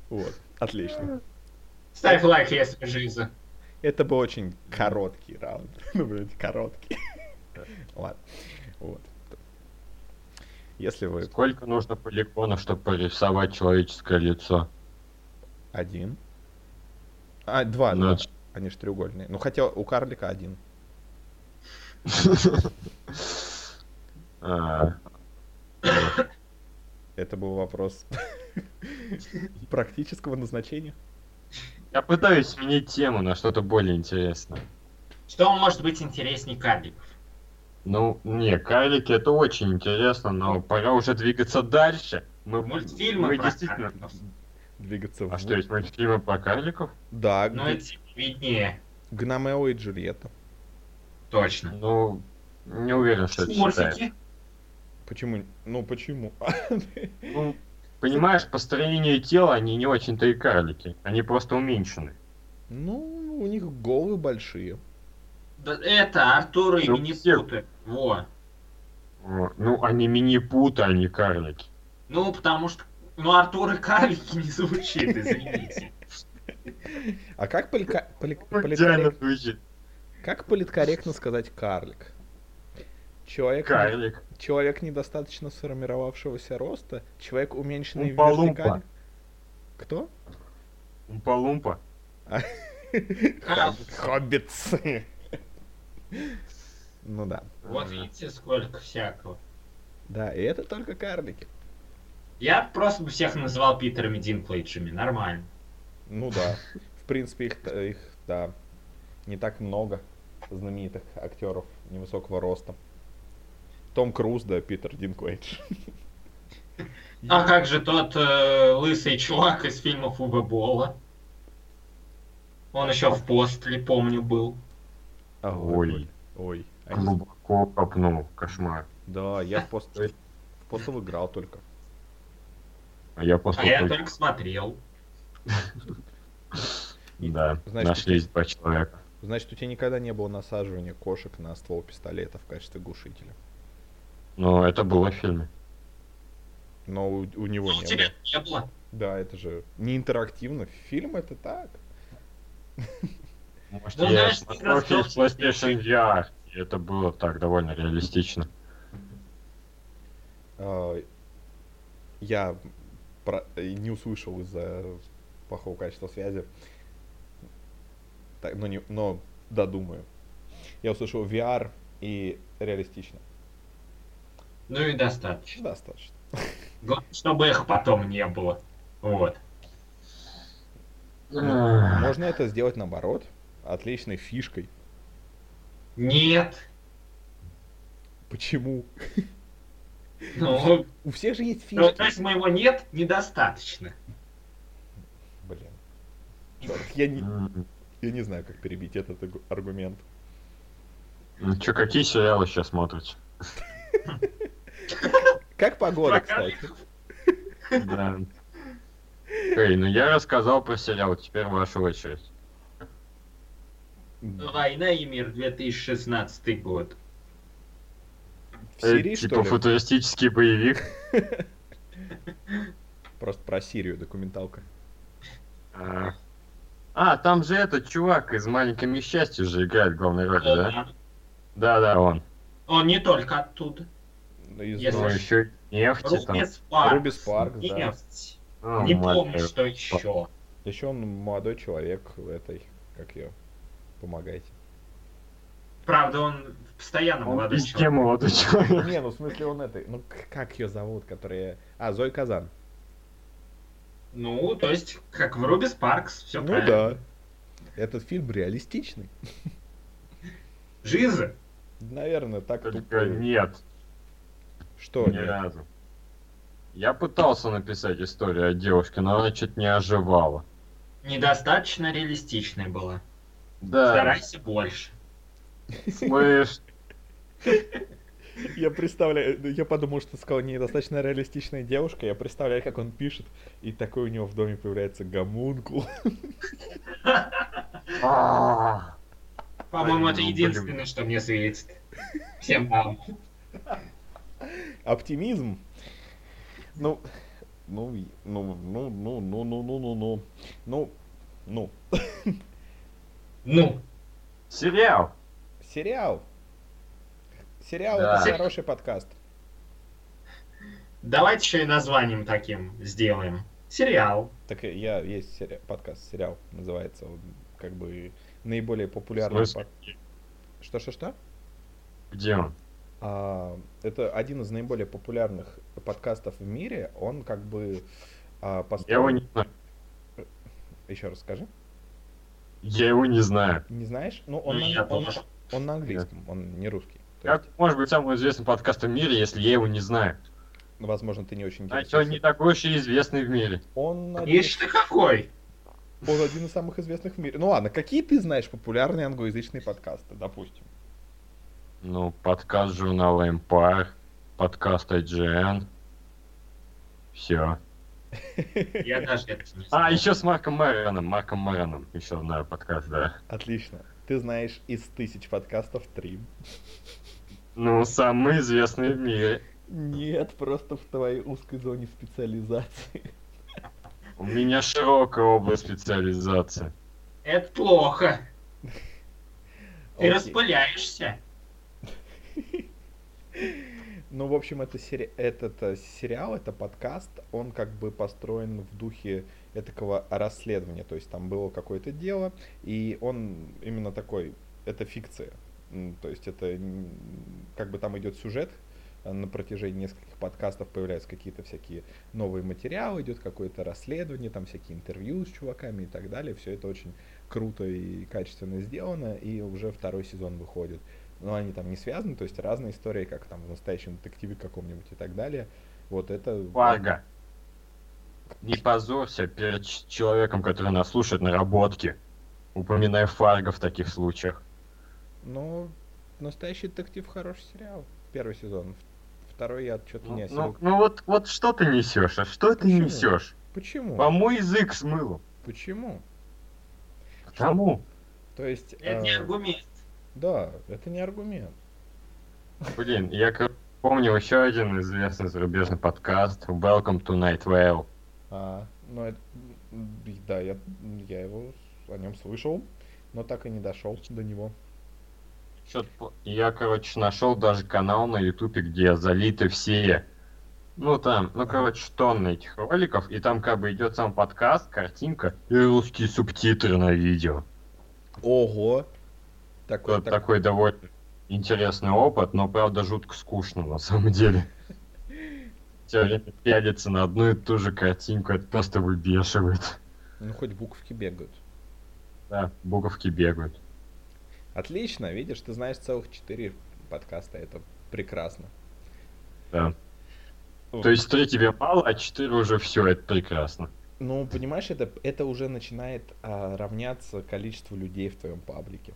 Speaker 2: Вот, отлично.
Speaker 3: Ставь лайк, если жиза.
Speaker 2: Это был очень короткий раунд. Ну, блядь, короткий. Ладно. Вот. Если вы
Speaker 1: Сколько нужно полигонов, чтобы порисовать человеческое лицо?
Speaker 2: Один. А, два,
Speaker 1: Ну,
Speaker 2: да. Они же треугольные. Ну, хотя у карлика один.
Speaker 1: А,
Speaker 2: Это был вопрос практического назначения.
Speaker 1: Я пытаюсь сменить тему на что-то более интересное.
Speaker 3: Что может быть интереснее карликов?
Speaker 1: Ну, не, карлики это очень интересно, но пора уже двигаться дальше. Мы,
Speaker 3: Мультфильмы
Speaker 1: мы
Speaker 3: про
Speaker 1: действительно...
Speaker 3: карликов.
Speaker 2: Двигаться в...
Speaker 1: А что, есть мультфильмы про карликов?
Speaker 2: Да,
Speaker 3: Ну,
Speaker 2: Г-
Speaker 3: это типа виднее,
Speaker 2: Гномео и Джульетта.
Speaker 3: точно.
Speaker 1: Ну, не уверен, что это считается.
Speaker 3: Смурфики.
Speaker 2: Почему? Ну, почему?
Speaker 1: Ну, понимаешь, по строению тела они не очень-то и карлики. Они просто уменьшены.
Speaker 2: Ну, у них головы большие.
Speaker 3: Да это Артур и
Speaker 1: Ну,
Speaker 3: Минипуты. Во.
Speaker 1: О, Ну, они мини-путы, а не карлики.
Speaker 3: Ну, потому что... Ну, Артур и карлики не звучит, извините.
Speaker 2: А как политка- поли-
Speaker 1: Ну, Идеально
Speaker 2: политкоррект-
Speaker 1: звучит.
Speaker 2: Как политкорректно сказать карлик? Человек, не-
Speaker 1: Карлик.
Speaker 2: человек недостаточно сформировавшегося роста, человек уменьшенный в
Speaker 1: Умпа-лумпа.
Speaker 2: вертикали. Кто?
Speaker 1: Умпа-лумпа.
Speaker 3: Кал-
Speaker 2: Хоббитсы. Ну да.
Speaker 3: Вот видите, сколько всякого.
Speaker 2: Да, и это только карлики.
Speaker 3: Я просто бы всех назвал Питерами Динклейджами, нормально.
Speaker 2: Ну да. В принципе, их, их, да, не так много знаменитых актеров невысокого роста. Том Круз, да, Питер Динклейдж.
Speaker 3: А как же тот э, лысый чувак из фильмов Уба Бола? Он еще в постле, помню, был.
Speaker 2: А,
Speaker 1: Ой,
Speaker 2: Ой. А я-
Speaker 1: глубоко копнул, кошмар.
Speaker 2: Да, я в пост... в постел играл только.
Speaker 1: А я
Speaker 3: А я
Speaker 1: послушал.
Speaker 3: только смотрел.
Speaker 1: Да,
Speaker 2: Значит,
Speaker 1: нашлись два человека.
Speaker 2: Значит, у тебя никогда не было насаживания кошек на ствол пистолета в качестве глушителя.
Speaker 1: Но Ну, это было в фильме.
Speaker 2: Но у, у него
Speaker 3: Ну, у
Speaker 2: не было.
Speaker 3: тебя не было.
Speaker 2: Да, это же не интерактивно. Фильм это так.
Speaker 1: Может,
Speaker 3: Ну,
Speaker 1: я
Speaker 3: знаешь, ты
Speaker 1: смотрел фильм с
Speaker 3: красавчик.
Speaker 1: PlayStation VR, и это было так довольно реалистично.
Speaker 2: А, Я про- э, не услышал из-за плохого качества связи. Так, но, не, но додумаю. Я услышал VR и реалистично.
Speaker 3: Ну и достаточно.
Speaker 2: Достаточно.
Speaker 3: Главное, чтобы их потом не было. Вот.
Speaker 1: Эх,
Speaker 2: Можно это сделать наоборот. Отличной фишкой.
Speaker 3: Нет.
Speaker 2: Почему?
Speaker 3: Ну,
Speaker 2: У всех же есть
Speaker 3: ну,
Speaker 2: фишки.
Speaker 3: то есть моего нет недостаточно.
Speaker 2: Блин. Чёрт, Я не,
Speaker 1: м,
Speaker 2: я не знаю, как перебить этот агу- аргумент.
Speaker 1: Ну что, какие сериалы сейчас смотрите?
Speaker 2: Как погода,
Speaker 3: Пока-
Speaker 2: кстати.
Speaker 1: Да. Эй, ну я рассказал про сериал, теперь ваша очередь.
Speaker 3: Война и мир 2016 год.
Speaker 2: В
Speaker 1: Э,
Speaker 2: Сирии, что
Speaker 1: типа
Speaker 2: ли?
Speaker 1: футуристический боевик.
Speaker 2: Просто про Сирию документалка.
Speaker 1: А, а, там же этот чувак из «Маленького счастья» же играет главную роль, да? Да-да, он.
Speaker 3: Он не только оттуда.
Speaker 2: Ну, из-
Speaker 1: Ну,
Speaker 3: Если-
Speaker 1: еще нефти там. Ну,
Speaker 3: Рубис Парк.
Speaker 2: Рубис Парк, да.
Speaker 3: Нефть.
Speaker 1: О,
Speaker 3: Не
Speaker 1: мать
Speaker 3: помню,
Speaker 1: твою.
Speaker 3: что еще.
Speaker 2: Еще он молодой человек в этой, как ее, помогайте.
Speaker 3: Правда, он постоянно
Speaker 1: Он
Speaker 3: молодой
Speaker 1: везде
Speaker 3: человек.
Speaker 1: молодой человек.
Speaker 2: Не, ну в смысле он этой, ну к- как ее зовут, которая... А, Зоя Казан.
Speaker 3: Ну, то есть, как в Рубис Паркс, все
Speaker 2: ну
Speaker 3: правильно.
Speaker 2: да. Этот фильм реалистичный.
Speaker 3: Жиза.
Speaker 2: Наверное, так
Speaker 1: Только
Speaker 2: тупо.
Speaker 1: нет,
Speaker 2: Что?
Speaker 1: ни
Speaker 2: нет?
Speaker 1: разу. Я пытался написать историю о девушке, но она чуть не оживала.
Speaker 3: Недостаточно реалистичная была.
Speaker 1: Да,
Speaker 3: Старайся больше.
Speaker 1: слышь,
Speaker 2: Я представляю, ну, я подумал, что ты сказал недостаточно реалистичная девушка, я представляю, как он пишет, и такой у него в доме появляется гомункул.
Speaker 1: а,
Speaker 3: По-моему,
Speaker 1: Ой,
Speaker 3: это
Speaker 1: ну,
Speaker 3: единственное,
Speaker 1: блин.
Speaker 3: что мне светит. Всем вам.
Speaker 2: Оптимизм. Ну, ну, и- ну, ну, ну, ну, ну, ну, ну, ну, ну, ну,
Speaker 3: Ну,
Speaker 1: сериал.
Speaker 2: сериал. Сериал
Speaker 1: Да.
Speaker 2: это хороший подкаст.
Speaker 3: давайте еще и названием таким сделаем. Сериал.
Speaker 2: Так и я есть сери- подкаст, сериал называется, он как бы наиболее
Speaker 1: В
Speaker 2: популярный.
Speaker 1: смысле,
Speaker 2: пок- Что, что, что?
Speaker 1: Где он?
Speaker 2: А, это один из наиболее популярных подкастов в мире. Он как бы а,
Speaker 1: Я его
Speaker 2: построен...
Speaker 1: не знаю.
Speaker 2: Еще раз скажи.
Speaker 1: Я его не знаю.
Speaker 2: Не знаешь? Ну,
Speaker 3: Ну,
Speaker 2: он,
Speaker 3: я
Speaker 2: на... он,
Speaker 3: тоже.
Speaker 2: он на английском, он не русский. То
Speaker 1: Как
Speaker 2: есть,
Speaker 1: может быть самый известный подкаст в мире, если я его не знаю?
Speaker 2: возможно, ты не очень
Speaker 1: Значит, он не
Speaker 2: интересуешься.
Speaker 1: такой уж и известный в мире.
Speaker 2: Он один,
Speaker 3: Ишь ты какой.
Speaker 2: он один из самых известных в мире. Ну ладно, какие ты знаешь популярные англоязычные подкасты, допустим?
Speaker 1: Ну, подкаст журнала Empire, подкаст IGN. Все.
Speaker 3: Я даже это не
Speaker 1: А,
Speaker 3: знаю.
Speaker 1: еще с Марком Мэроном. Марком Мэроном. Еще знаю подкаст, да.
Speaker 2: Отлично. Ты знаешь из тысяч подкастов три.
Speaker 1: Ну, самый известный в мире.
Speaker 2: Нет, просто в твоей узкой зоне специализации.
Speaker 1: У меня широкая область специализации.
Speaker 3: Это плохо. Ты
Speaker 2: Окей.
Speaker 3: распыляешься.
Speaker 2: Ну, в общем, это сери- этот э, сериал, это подкаст, он как бы построен в духе этакого расследования. То есть там было какое-то дело, и он именно такой, это фикция. М, То есть это н- как бы там идет сюжет, э, на протяжении нескольких подкастов появляются какие-то всякие новые материалы, идет какое-то расследование, там всякие интервью с чуваками и так далее. Все это очень круто и качественно сделано, и уже второй сезон выходит. Но они там не связаны, то есть разные истории, как там в настоящем детективе каком-нибудь и так далее. Вот это...
Speaker 1: Фарго, не позорься перед ч- человеком, который нас слушает наработки, упоминая Фарго в таких случаях.
Speaker 2: Ну, настоящий детектив хороший сериал. Первый сезон. Второй я что-то
Speaker 1: Ну,
Speaker 2: не
Speaker 1: ну-
Speaker 2: осилил.
Speaker 1: ну вот, вот что ты несешь, а что ты
Speaker 2: Почему?
Speaker 1: несешь?
Speaker 2: Почему?
Speaker 1: Помой язык с мылом.
Speaker 2: Почему?
Speaker 1: Кому?
Speaker 2: То есть...
Speaker 3: Это не
Speaker 1: А.
Speaker 2: э,
Speaker 3: аргумент.
Speaker 2: Да, это не аргумент.
Speaker 1: Блин, я как помню еще один известный зарубежный подкаст Welcome to Night Vale.
Speaker 2: А, ну, это, м, да, я, я его с- о нем слышал, но так и не дошел до него.
Speaker 1: Чё-то по- Я, короче, нашел даже канал на Ютубе, где залиты все. Ну там, ну короче, тонны этих роликов, и там как бы идет сам подкаст, картинка и русские субтитры на видео.
Speaker 2: Ого! Такой,
Speaker 1: Вот
Speaker 2: так-
Speaker 1: такой довольно интересный опыт, но правда жутко скучно на самом деле. Все время пялиться на одну и ту же картинку, это просто выбешивает.
Speaker 2: Ну, хоть буковки бегают.
Speaker 1: Да, буковки бегают.
Speaker 2: Отлично, видишь, ты знаешь целых четыре подкаста, это прекрасно.
Speaker 1: Да.
Speaker 2: Вот.
Speaker 1: То есть три тебе мало, а четыре уже все, это прекрасно.
Speaker 2: Ну, понимаешь, это, это уже начинает а, равняться количеству людей в твоем паблике.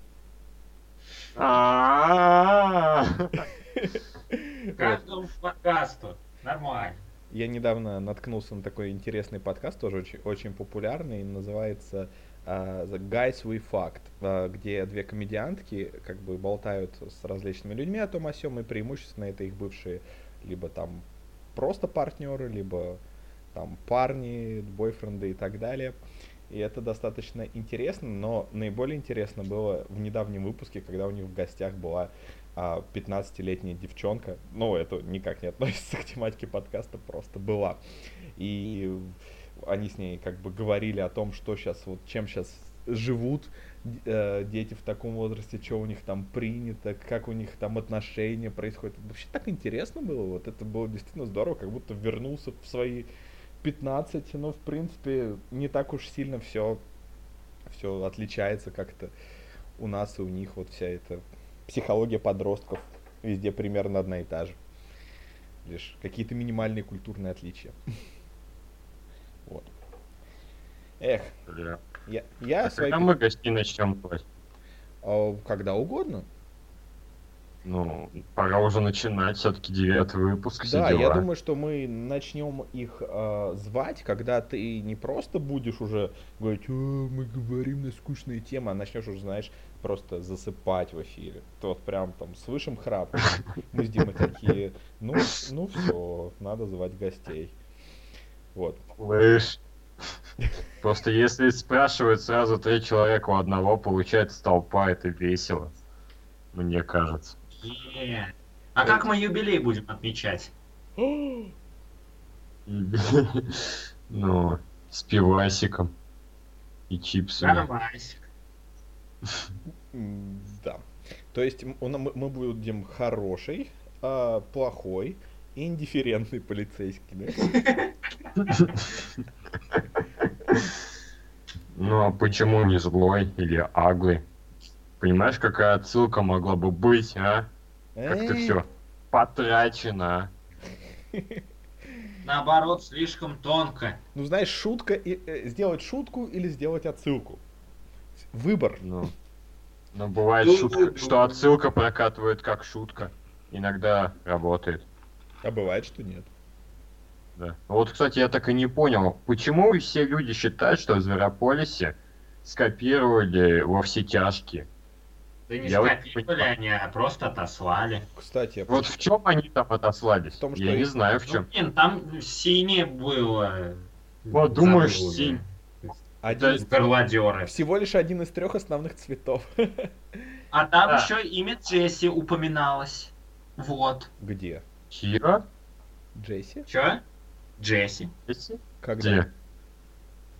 Speaker 2: Вот.
Speaker 3: Каждому подкасту. Нормально.
Speaker 2: Я недавно наткнулся на такой интересный подкаст, тоже очень, очень популярный, называется а, The Guys We Fucked, а, где две комедиантки как бы болтают с различными людьми о том о сём, и преимущественно это их бывшие либо там просто партнеры, либо там парни, бойфренды и так далее. И это достаточно интересно, но наиболее интересно было в недавнем выпуске, когда у них в гостях была а, 15-летняя девчонка, ну, это никак не относится к тематике подкаста, просто была. И они с ней как бы говорили о том, что сейчас, вот чем сейчас живут д- э, дети в таком возрасте, что у них там принято, как у них там отношения происходят. Вообще так интересно было, вот это было действительно здорово, как будто вернулся в свои 15, но в принципе не так уж сильно все, все отличается как-то у нас и у них вот вся эта психология подростков везде примерно одна и та же. Лишь какие-то минимальные культурные отличия. Вот. Эх,
Speaker 1: Бля.
Speaker 2: я, я
Speaker 1: А
Speaker 2: свои...
Speaker 1: Когда мы гостей начнем звать?
Speaker 2: А, Когда угодно.
Speaker 1: Ну, пора уже начинать, все-таки девятый выпуск, все
Speaker 2: Да,
Speaker 1: дела.
Speaker 2: я думаю, что мы начнем их а, звать, когда ты не просто будешь уже говорить, «О, мы говорим на скучные темы, а начнешь уже, знаешь, просто засыпать в эфире. То вот прям там слышим храп. Мы с Димой такие, ну, ну все, надо звать гостей. Вот.
Speaker 1: Слышь. Просто если спрашивают сразу три человека у одного, получается толпа, это весело. Мне кажется.
Speaker 3: Е. А как
Speaker 1: Э,
Speaker 3: мы юбилей будем отмечать?
Speaker 1: Ну, с пивасиком и чипсами.
Speaker 3: Нормально.
Speaker 2: М, Да. То есть м- у на- мы мы будем хороший, а, плохой и индифферентный полицейский, да?
Speaker 1: Ну, а почему не злой или аглый? Понимаешь, какая отсылка могла бы быть, а? Как-то
Speaker 2: Эй,
Speaker 1: все потрачено, а?
Speaker 3: Наоборот, слишком тонко.
Speaker 2: Ну, знаешь, шутка и э, сделать шутку или сделать отсылку. С- Выбор.
Speaker 1: Ну, ну бывает
Speaker 3: Ну, ну,
Speaker 1: шутка, что
Speaker 3: ну.
Speaker 1: отсылка прокатывает как шутка. Иногда работает.
Speaker 2: А бывает, что нет.
Speaker 1: Да. Вот, кстати, я так и не понял, почему все люди считают, что в Зверополисе скопировали во все тяжкие.
Speaker 3: Да не
Speaker 1: Я вот
Speaker 3: скопировали
Speaker 1: понимаю.
Speaker 3: они, а просто отослали.
Speaker 2: Кстати, я
Speaker 1: Вот
Speaker 2: пос-
Speaker 1: в чем они там отослались?
Speaker 2: В том, что
Speaker 1: я
Speaker 2: и-
Speaker 1: не знаю в
Speaker 3: Ну,
Speaker 1: чем.
Speaker 3: блин, там сине было.
Speaker 1: Вот, думаешь,
Speaker 3: Забыл уже.
Speaker 1: синь.
Speaker 2: один
Speaker 1: да,
Speaker 2: из-
Speaker 3: Горлодеры.
Speaker 2: всего лишь один из трех основных цветов.
Speaker 3: А там
Speaker 1: Да.
Speaker 3: еще имя Джесси упоминалось. Вот.
Speaker 2: Где?
Speaker 1: Кира?
Speaker 2: Джесси?
Speaker 3: Че? Джесси.
Speaker 1: Эсси?
Speaker 2: Когда?
Speaker 1: Где?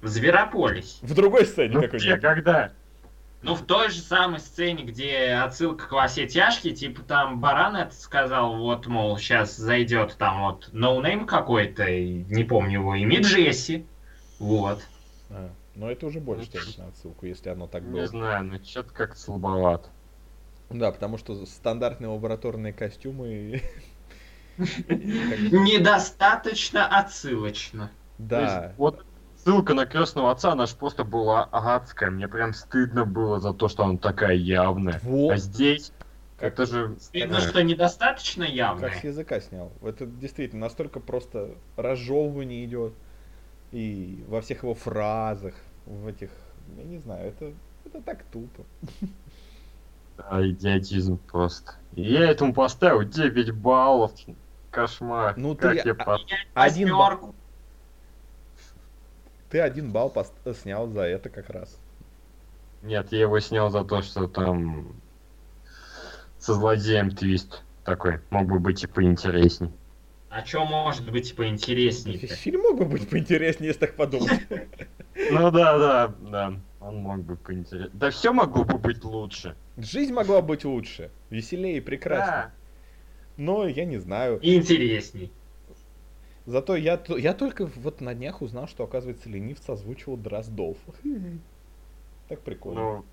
Speaker 3: В Зверополис.
Speaker 2: В другой сцене
Speaker 1: Ну, где,
Speaker 2: какой-нибудь.
Speaker 1: когда?
Speaker 3: Ну, в той же самой сцене, где отсылка к «Во все тяжкие», типа там Баран это сказал, вот, мол, сейчас зайдет там вот ноунейм какой-то, и не помню его имя, Джесси. Вот.
Speaker 2: А, но это уже больше конечно, на отсылку, если оно так было.
Speaker 1: Не Ну, знаю, но что-то как-то слабовато.
Speaker 2: Да, потому что стандартные лабораторные костюмы...
Speaker 3: Недостаточно отсылочно.
Speaker 1: То
Speaker 2: Да,
Speaker 1: есть Вот ссылка на крестного отца, она же просто была адская. Мне прям стыдно было за то, что она такая явная.
Speaker 2: Во.
Speaker 1: А здесь
Speaker 2: Как-
Speaker 1: это же
Speaker 3: Видно, что недостаточно явно.
Speaker 2: как с языка снял. Это действительно настолько просто разжевывание идет. И во всех его фразах, в этих... Я не знаю, это, это так тупо.
Speaker 1: да, идиотизм просто. И я этому поставил 9 баллов. Кошмар.
Speaker 2: Ну
Speaker 1: как
Speaker 2: ты-
Speaker 1: я пос-
Speaker 2: Один балл.
Speaker 3: Восьмерку.
Speaker 2: Ты один балл пос- снял за это как раз.
Speaker 1: Нет, я его снял за то, что там со злодеем твист такой. Мог бы быть и поинтересней.
Speaker 3: А что может быть поинтереснее?
Speaker 2: Фи- Фильм мог бы быть поинтереснее, если так подумать.
Speaker 1: Ну да, да, да. Он мог бы поинтереснее. Да все могло бы быть лучше.
Speaker 2: Жизнь могла быть лучше, веселее и прекраснее. Но я не знаю.
Speaker 3: Интересней.
Speaker 2: Зато я, т- я только вот на днях узнал, что, оказывается, ленивца озвучивал Дроздов. Так прикольно.
Speaker 1: Ну,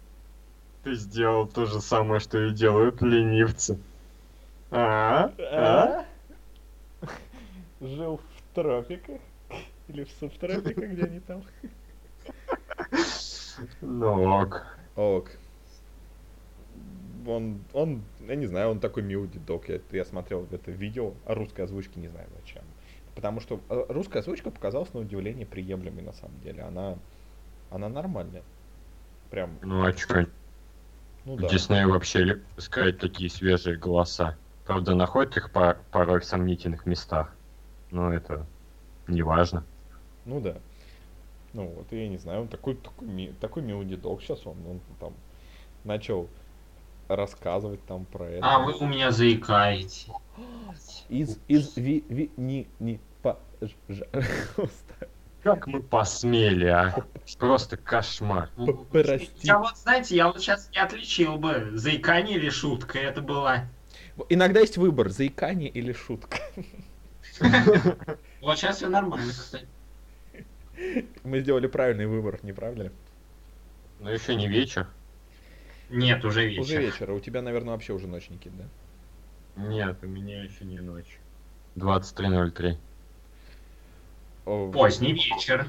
Speaker 1: ты сделал то же самое, что и делают ленивцы. А? А?
Speaker 2: А? Жил в тропиках. Или в субтропиках, где они там. А?
Speaker 1: Ну ок.
Speaker 2: Ок. Он, он, я не знаю, он такой милый дедок. Я, я смотрел это видео о русской озвучке, не знаю зачем. Потому что э, русская озвучка показалась на удивление приемлемой на самом деле. Она, она нормальная. Прям,
Speaker 1: Ну а чё,
Speaker 2: ну да.
Speaker 1: Дисней вообще ли- пускает такие свежие голоса? Правда, находят их по- порой в сомнительных местах. Но это не важно.
Speaker 2: Ну да. Ну вот, я не знаю, он такой, такой, ми- такой милый дедок сейчас он, он там начал рассказывать там про это.
Speaker 3: А вы у меня заикаете.
Speaker 2: Из, из, ви, ви, ни, ни, по, ж- ж- Пожалуйста.
Speaker 1: Как мы посмели, а? Просто кошмар.
Speaker 2: П- прости.
Speaker 3: Я вот, знаете, я вот сейчас не отличил бы, заикание или шутка это была.
Speaker 2: Иногда есть выбор, заикание или шутка.
Speaker 3: Вот сейчас все нормально, кстати.
Speaker 2: Мы сделали правильный выбор, не правда ли?
Speaker 1: Но еще не вечер.
Speaker 3: Нет, уже вечер.
Speaker 2: Уже вечер, а у тебя, наверное, вообще уже ночь, Никит, да?
Speaker 1: Нет, у меня еще не ночь. 23.03.
Speaker 2: О,
Speaker 3: Поздний вечер.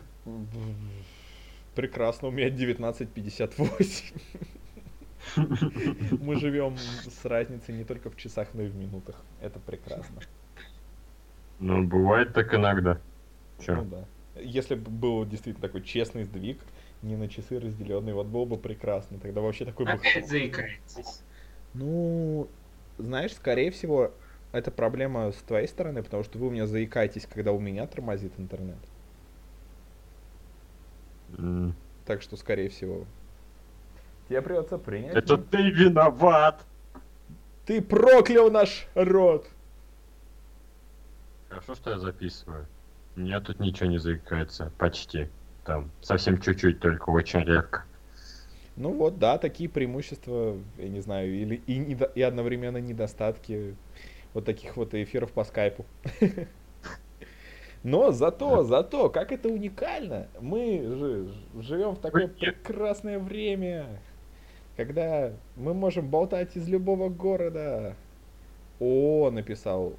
Speaker 2: Прекрасно, у меня 19.58. Мы живем с разницей не только в часах, но и в минутах. Это прекрасно.
Speaker 1: Ну, бывает так иногда. Чё?
Speaker 2: Ну да. Если бы был действительно такой честный сдвиг, не на часы разделенный, вот было бы прекрасно. Тогда вообще такой бы...
Speaker 3: Опять заикаетесь.
Speaker 2: Ну, знаешь, скорее всего, это проблема с твоей стороны, потому что вы у меня заикаетесь, когда у меня тормозит интернет.
Speaker 1: М.
Speaker 2: Так что, скорее всего... Тебе придется принять...
Speaker 1: Это ты виноват!
Speaker 2: Ты проклял наш род!
Speaker 1: Хорошо, что я записываю. У меня тут ничего не заикается. Почти. Там совсем чуть-чуть, только очень редко.
Speaker 2: Ну вот, да, такие преимущества, я не знаю, или и, недо- и одновременно недостатки вот таких вот эфиров по скайпу. Но зато, зато, как это уникально! Мы же живем в такое прекрасное время, когда мы можем болтать из любого города. О, написал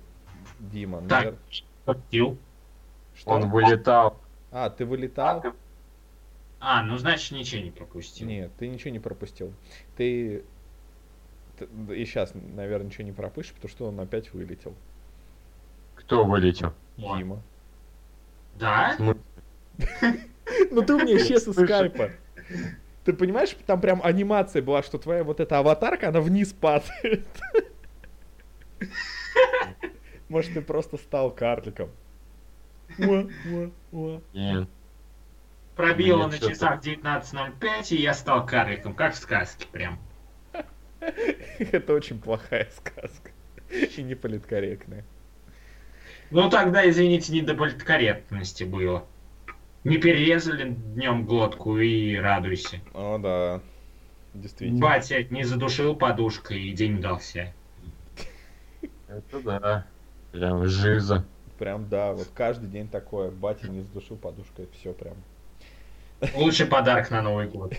Speaker 2: Дима.
Speaker 3: Так.
Speaker 2: навер-
Speaker 3: Пил.
Speaker 2: Что?
Speaker 1: Он вылетал.
Speaker 2: А, ты вылетал?
Speaker 3: А, ну значит ничего не пропустил.
Speaker 2: Нет, ты ничего не пропустил. Ты... т- да И сейчас, наверное, ничего не пропустишь, потому что он опять вылетел.
Speaker 1: Кто вылетел?
Speaker 3: Вот.
Speaker 2: Дима.
Speaker 3: Да?
Speaker 2: Ну ты у меня исчез из
Speaker 1: Слушай.
Speaker 2: скайпа. Ты понимаешь, там прям анимация была, что твоя вот эта аватарка, она вниз падает. Может, ты просто стал карликом. Уа, уа, уа.
Speaker 1: Нет.
Speaker 3: Пробило
Speaker 1: Мне
Speaker 3: на
Speaker 1: чё-то-
Speaker 3: часах 19.05, и я стал карликом, как в сказке прям.
Speaker 2: Это очень плохая сказка. И не политкорректная.
Speaker 3: Ну тогда, извините, не до политкорректности было. Не перерезали днем глотку и радуйся.
Speaker 2: О, да. Действительно.
Speaker 3: Батя не задушил подушкой, и день удался.
Speaker 1: Это да. Прям жиза.
Speaker 2: Прям, да, вот каждый день такое. Батя не задушил подушкой, все прям.
Speaker 3: Лучший подарок на Новый год.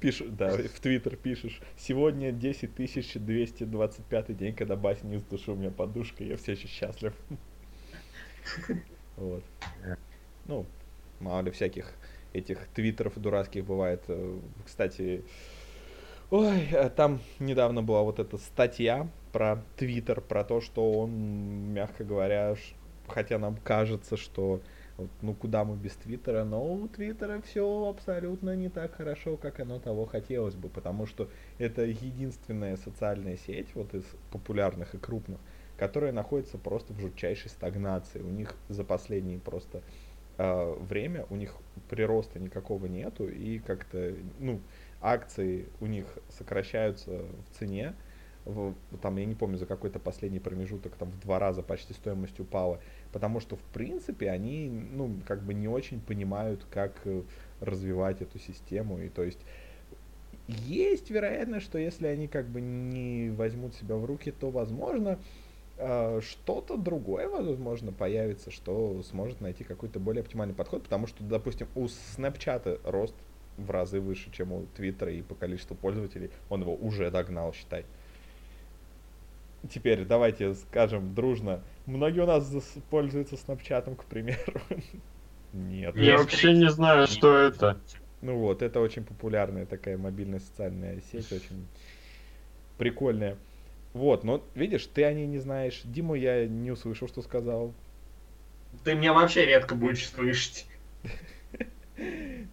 Speaker 2: Пишешь, да, в Твиттер пишешь. Сегодня 10 225 день, когда батя не задушил меня подушкой, я все еще счастлив. Вот. Ну, мало ли всяких этих твиттеров дурацких бывает. Э, Кстати, ой, э, там недавно была вот эта статья про твиттер, про то, что он, мягко говоря, ш- хотя нам кажется, что вот, ну куда мы без твиттера, но у твиттера все абсолютно не так хорошо, как оно того хотелось бы, потому что это единственная социальная сеть вот из популярных и крупных, которая находится просто в жутчайшей стагнации. У них за последние просто э, время у них прироста никакого нету, и как-то, ну, акции у них сокращаются в цене, в- там, я не помню, за какой-то последний промежуток, там, в два раза почти стоимость упала, потому что, в принципе, они, ну, как бы не очень понимают, как э, развивать эту систему, и то есть есть вероятность, что если они как бы не возьмут себя в руки, то, возможно, э, что-то другое, возможно, появится, что сможет найти какой-то более оптимальный подход, потому что, допустим, у Снапчата рост в разы выше, чем у Твиттера, и по количеству пользователей он его уже догнал, считай. Теперь давайте скажем дружно, многие у нас зас- пользуются Снапчатом, к примеру. Нет.
Speaker 1: Я вообще не знаю, что это.
Speaker 2: Ну вот, это очень популярная такая мобильная социальная сеть, очень прикольная. Вот, но видишь, ты о ней не знаешь. Диму я не услышал, что сказал.
Speaker 3: Ты меня вообще редко будешь слышать.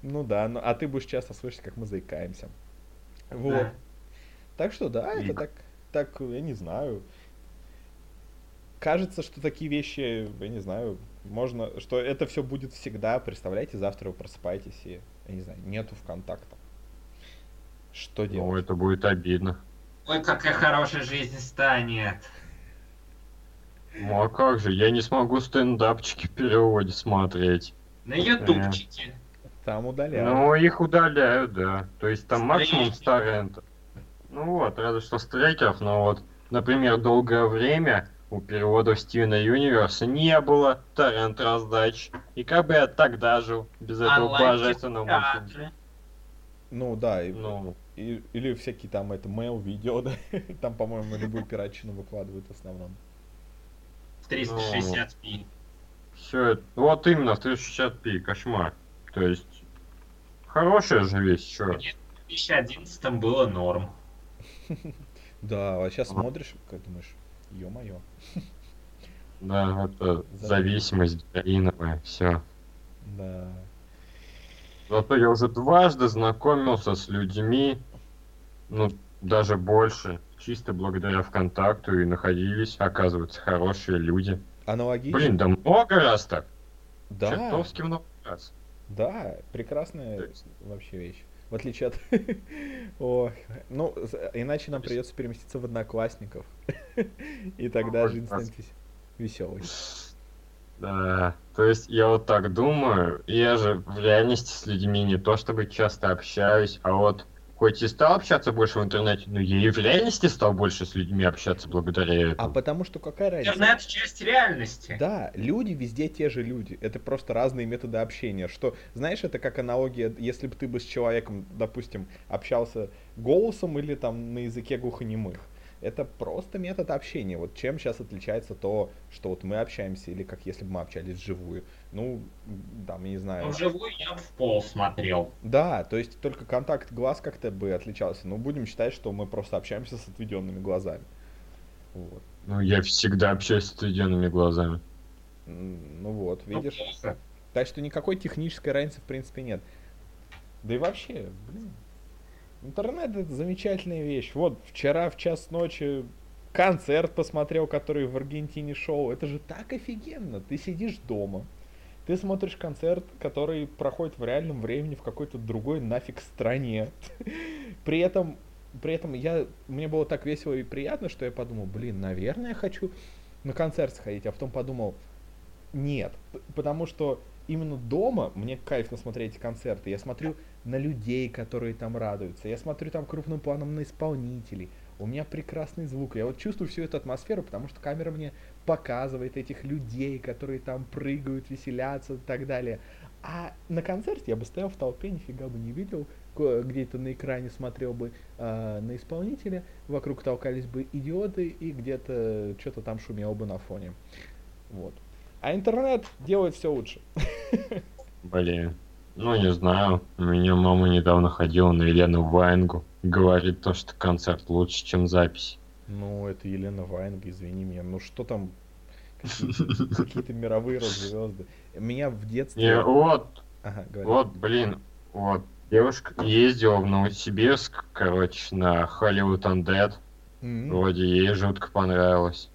Speaker 2: Ну да, ну, а ты будешь часто слышать, как мы заикаемся. Вот.
Speaker 3: Да.
Speaker 2: Так что да, это
Speaker 1: Мгм.
Speaker 2: так, так, я не знаю. Кажется, что такие вещи, я не знаю, можно, что это все будет всегда. Представляете, завтра вы просыпаетесь и, я не знаю, нету ВКонтакта. Что
Speaker 1: Ну,
Speaker 2: делать?
Speaker 1: это будет обидно.
Speaker 3: Ой, какая хорошая жизнь станет.
Speaker 1: Ну а как же, я не смогу стендапчики в переводе смотреть.
Speaker 3: На ютубчике.
Speaker 2: Там удаляют.
Speaker 1: Ну, их удаляют, да. То есть там максимум с
Speaker 3: Стрейки.
Speaker 1: торрента. Ну вот, разве что с трекеров, но вот, например, долгое время у переводов Стивена Юниверса не было торрент раздач. И как бы я тогда жил без этого
Speaker 3: Онлайн-кинотеатры.
Speaker 1: божественного мультфильма?
Speaker 2: Ну да, и,
Speaker 1: Ну,
Speaker 2: и- или всякие там это mail, видео, да. Там, по-моему, любую пиратчину выкладывают в основном.
Speaker 3: В 360p.
Speaker 1: все это. Ну, Вот именно, в 360p, кошмар. То есть, хорошая же вещь, чё.
Speaker 3: В 2011 было норм.
Speaker 2: Да, а сейчас
Speaker 1: Ага.
Speaker 2: смотришь, как думаешь, ё-моё.
Speaker 1: Да, это
Speaker 2: Да.
Speaker 1: зависимость героиновая, все.
Speaker 2: Да.
Speaker 1: Зато я уже дважды знакомился с людьми, ну, даже больше, чисто благодаря ВКонтакту, и находились, оказывается, хорошие люди.
Speaker 2: Аналогично.
Speaker 1: Блин, да много раз так,
Speaker 2: да,
Speaker 1: чертовски много раз.
Speaker 2: да, прекрасная
Speaker 1: То есть-
Speaker 2: вообще вещь. В отличие от... Ох, ну, з- иначе нам
Speaker 1: То есть- А,
Speaker 2: придется переместиться в Одноклассников. И тогда
Speaker 1: Ой,
Speaker 2: жизнь
Speaker 1: класс.
Speaker 2: станет веселой.
Speaker 1: Да, то есть я вот так думаю, я же в реальности с людьми не то чтобы часто общаюсь, а вот хоть и стал общаться больше в интернете, но я и в реальности стал больше с людьми общаться благодаря
Speaker 2: А
Speaker 1: этому.
Speaker 2: потому что какая разница?
Speaker 3: Интернет — часть реальности.
Speaker 2: Да, люди везде те же люди. Это просто разные методы общения. Что, знаешь, это как аналогия, если бы ты бы с человеком, допустим, общался голосом или там на языке глухонемых. Это просто метод общения. Вот чем сейчас отличается то, что вот мы общаемся, или как если бы мы общались вживую. Ну, м, там, я не знаю.
Speaker 3: Ну, вживую я в пол смотрел.
Speaker 2: Да, то есть только контакт глаз как-то бы отличался. Но будем считать, что мы просто общаемся с отведенными глазами. Вот.
Speaker 1: Ну, я всегда общаюсь с студенными глазами.
Speaker 2: М, Ну вот,
Speaker 3: Ну,
Speaker 2: видишь.
Speaker 3: плохо.
Speaker 2: Так что никакой технической разницы в принципе нет. Да и вообще, блин. Интернет это замечательная вещь. Вот вчера в час ночи концерт посмотрел, который в Аргентине шел. Это же так офигенно. Ты сидишь дома. Ты смотришь концерт, который проходит в реальном времени в какой-то другой нафиг стране. При этом, при этом я, мне было так весело и приятно, что я подумал, блин, наверное, я хочу на концерт сходить. А потом подумал, нет, п- потому что именно дома мне кайфно смотреть эти концерты. Я смотрю на людей, которые там радуются. Я смотрю там крупным планом на исполнителей. У меня прекрасный звук. Я вот чувствую всю эту атмосферу, потому что камера мне показывает этих людей, которые там прыгают, веселятся и так далее. А на концерте я бы стоял в толпе, нифига бы не видел, где-то на экране смотрел бы э, на исполнителя, вокруг толкались бы идиоты и где-то что-то там шумело бы на фоне. Вот. А интернет делает все лучше.
Speaker 1: Блин. Ну, не знаю. У меня мама недавно ходила на Елену Вайнгу. Говорит то, что концерт лучше, чем запись.
Speaker 2: Ну, это Елена Ваенга, извини меня. Ну, что там? Какие-то, какие-то мировые звезды. Меня в детстве...
Speaker 1: И вот,
Speaker 2: Ага, говори.
Speaker 1: вот, блин, вот. Девушка ездила в Новосибирск, короче, на Hollywood Undead.
Speaker 2: М.
Speaker 1: Вроде ей жутко понравилось.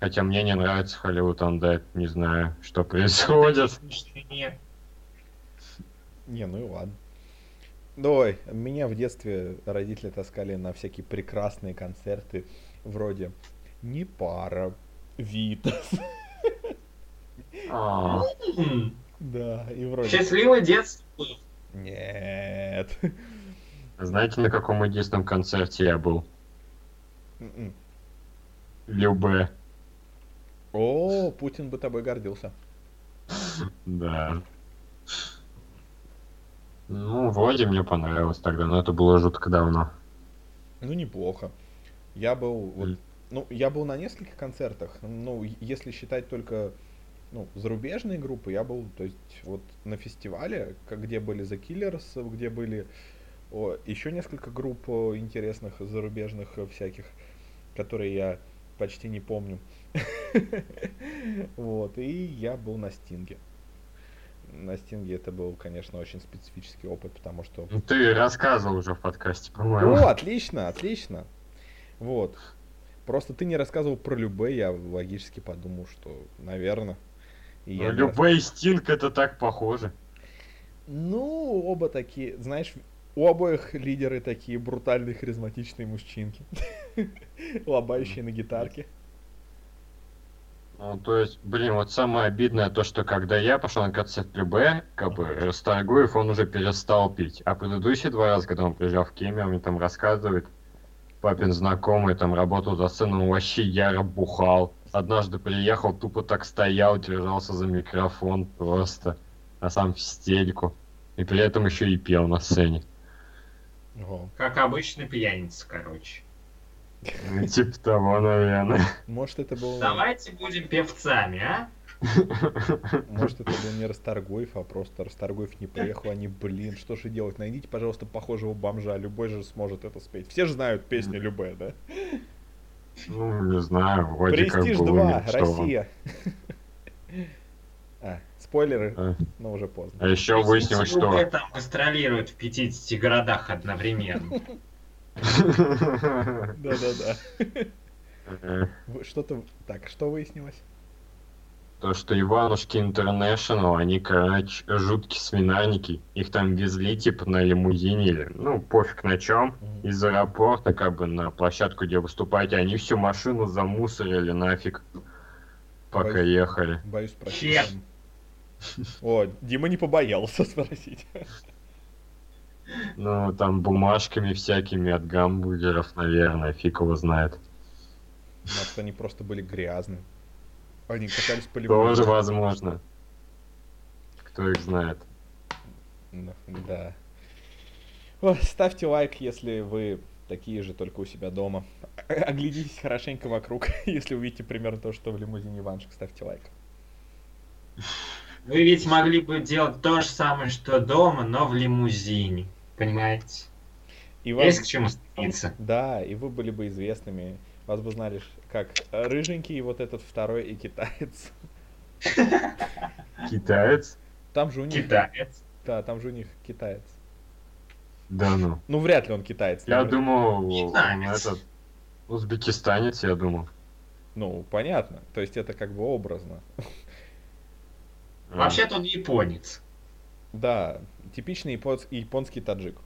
Speaker 1: Хотя мне не нравится Hollywood Undead. Не знаю, что происходит.
Speaker 3: Нет.
Speaker 2: Не, ну и ладно. Давай, меня в детстве родители таскали на всякие прекрасные концерты вроде «Не пара», «Витас»,
Speaker 1: А,
Speaker 3: М.
Speaker 2: да, и вроде
Speaker 3: Счастливое детство.
Speaker 2: «Нет».
Speaker 1: Знаете, на каком единственном концерте я был?
Speaker 2: М-м.
Speaker 1: Любе.
Speaker 2: О, Путин бы тобой гордился.
Speaker 1: Да. Ну, вроде мне понравилось тогда, но это было жутко давно.
Speaker 2: Ну, неплохо. Я был, вот,
Speaker 1: Мгм.
Speaker 2: ну, я был на нескольких концертах, ну, е- если считать только, ну, зарубежные группы, я был, то есть, вот, на фестивале, к- где были The Killers, где были еще несколько групп о, интересных, зарубежных э, всяких, которые я почти не помню. Вот, и я был на Стинге. На Стинге это был, конечно, очень специфический опыт, потому что
Speaker 1: Ну, Ты рассказывал уже в подкасте,
Speaker 2: о,
Speaker 1: по-моему.
Speaker 2: отлично, отлично. Вот. Просто ты не рассказывал про Любе, я логически подумал, что, наверное. и я
Speaker 1: Ну,
Speaker 2: не
Speaker 1: Любэ и Стинг это так похоже.
Speaker 2: рас- Ну, оба такие, знаешь, у обоих лидеры такие брутальные, харизматичные мужчинки. Лобающие на гитарке.
Speaker 1: Ну, то есть, блин, вот самое обидное то, что когда я пошел на концерт Любе, как бы Расторгуев, он уже перестал пить. А предыдущие два раза, когда он приезжал в Кемер, мне там рассказывает, папин знакомый там работал за сцену, он вообще яро бухал. Однажды приехал, тупо так стоял, держался за микрофон просто, а сам в стельку. И при этом еще и пел на сцене.
Speaker 2: Ого.
Speaker 3: Как обычно, пьяница, короче.
Speaker 1: Ну, Типа того, наверное.
Speaker 2: Может, это был,
Speaker 3: Давайте будем певцами, а?
Speaker 2: может, это был не Расторгуев, а просто Расторгуев не приехал, они, блин, что же делать? Найдите, пожалуйста, похожего бомжа, любой же сможет это спеть. Все же знают песню Любе, да?
Speaker 1: Ну, не знаю, вроде как
Speaker 2: Престиж
Speaker 1: бы
Speaker 2: 2,
Speaker 1: умер, что он.
Speaker 2: Россия. А, спойлеры,
Speaker 1: А.
Speaker 2: но уже
Speaker 1: А
Speaker 2: поздно.
Speaker 1: еще выяснилось, что...
Speaker 3: Группы там гастролируют в 50 городах одновременно.
Speaker 1: А?
Speaker 2: Да-да-да.
Speaker 1: Э,
Speaker 2: Вы- Что-то... Так, что выяснилось?
Speaker 1: То, что Иванушки Интернешнл, они, короче, жуткие свинарники. Их там везли, типа, на лимузине или, ну, пофиг на чем.
Speaker 2: Мгм.
Speaker 1: Из аэропорта, как бы, на площадку, где выступаете, они всю машину замусорили нафиг, пока
Speaker 2: Ой.
Speaker 1: ехали.
Speaker 2: Боюсь спросить.
Speaker 3: Чех.
Speaker 2: там. О, Дима не побоялся спросить.
Speaker 1: Ну, там бумажками всякими от гамбургеров, наверное, фиг его знает.
Speaker 2: Может, они просто были грязны. Они катались по
Speaker 1: Тоже
Speaker 2: лимузину.
Speaker 1: возможно. Кто их знает.
Speaker 2: Да, Да. О, Ставьте лайк, если вы такие же, только у себя дома. Оглядитесь хорошенько вокруг, если увидите примерно то, что в лимузине Иванчик, ставьте лайк.
Speaker 3: Вы ведь могли бы делать то же самое, что дома, но в лимузине. Понимаете?
Speaker 2: И вам-
Speaker 3: Есть к чему стремиться.
Speaker 2: Да, и вы были бы известными. Вас бы знали, ш- как рыженький, и вот этот второй, и китаец.
Speaker 1: Китаец?
Speaker 2: Там же у них...
Speaker 3: Китаец.
Speaker 2: Да, там же у них китаец.
Speaker 1: Да ну.
Speaker 2: Ну, вряд ли он китаец.
Speaker 1: Я
Speaker 2: наверное.
Speaker 1: думал, он
Speaker 3: Китаец.
Speaker 1: этот узбекистанец, я думал.
Speaker 2: Ну, понятно. То есть это как бы образно. А.
Speaker 3: Вообще-то он японец.
Speaker 2: Да, типичный японс- японский таджик.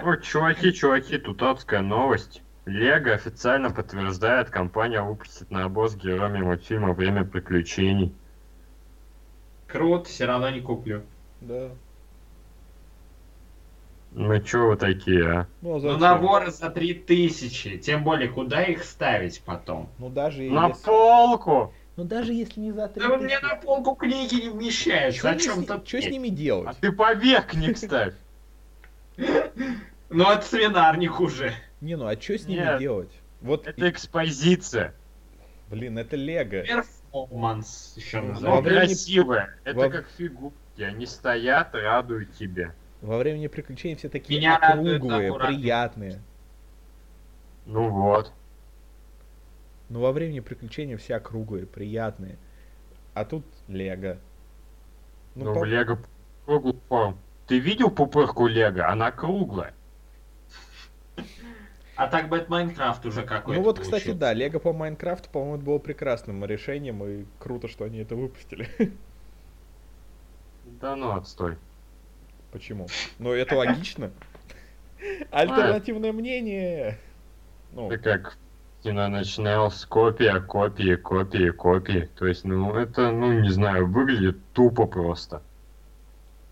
Speaker 1: Вот, чуваки, чуваки, тут адская новость. Лего официально подтверждает, компания выпустит на обоз героями мультфильма «Время приключений».
Speaker 3: Крут, все равно не куплю.
Speaker 2: Да.
Speaker 1: Ну чё вы такие, а?
Speaker 2: Ну, а
Speaker 3: Ну,
Speaker 2: зачем?
Speaker 3: наборы за 3000. Тем более, куда их ставить потом?
Speaker 2: Ну, даже и
Speaker 1: На
Speaker 2: если-
Speaker 1: полку!
Speaker 2: Ну, даже если не за три
Speaker 3: Да у меня на полку книги не вмещается. О чем то
Speaker 2: Что с ними
Speaker 1: А
Speaker 2: делать?
Speaker 1: ты поверх них ставь!
Speaker 3: Ну, это свинарник уже.
Speaker 2: Не, ну, а что с ними
Speaker 1: Нет.
Speaker 2: делать? Вот,
Speaker 1: Это экспозиция.
Speaker 2: блин, это лего.
Speaker 3: Перформанс еще
Speaker 2: Ну,
Speaker 1: Она
Speaker 2: Во
Speaker 3: называют.
Speaker 2: время-
Speaker 1: красивая. Это
Speaker 2: во-
Speaker 1: как фигурки. Они стоят, радуют тебя.
Speaker 2: Во времени приключений все такие
Speaker 3: Меня радует
Speaker 2: округлые,
Speaker 3: аккуратность.
Speaker 2: приятные.
Speaker 1: Ну вот.
Speaker 2: Но во времени приключений все округлые, приятные. А тут лего.
Speaker 1: Ну,
Speaker 2: по-
Speaker 1: Лего круглую форму. Ты видел пупырку Лего? Она круглая.
Speaker 3: А так Бэт Майнкрафт уже какой-то
Speaker 2: Ну вот, кстати,
Speaker 3: получился.
Speaker 2: да, Лего по Майнкрафту, по-моему, это было прекрасным решением, и круто, что они это выпустили.
Speaker 1: Да ну отстой.
Speaker 2: Почему? Ну, это логично. Альтернативное мнение. Ну,
Speaker 1: Это как кино начиналось копия, копии, копии, копии. То есть, ну это, ну не знаю, выглядит тупо просто.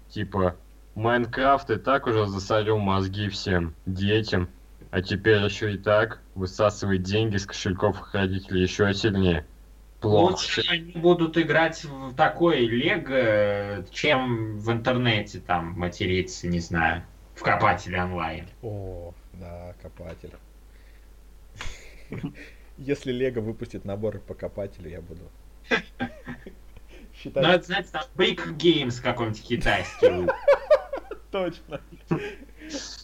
Speaker 1: Типа, Майнкрафт и так уже засорил мозги всем детям. А теперь еще и так высасывает деньги с кошельков их родителей еще сильнее.
Speaker 3: Лучше
Speaker 1: Плохо.
Speaker 3: они будут играть в такой лего, чем в интернете там материться, не знаю, в копателе онлайн.
Speaker 2: о, да, копатель. Если Лего выпустит набор по копателю, я буду
Speaker 3: Ну,
Speaker 2: считать
Speaker 3: это, знаете, там Big Games какой-нибудь китайский. будет.
Speaker 2: точно.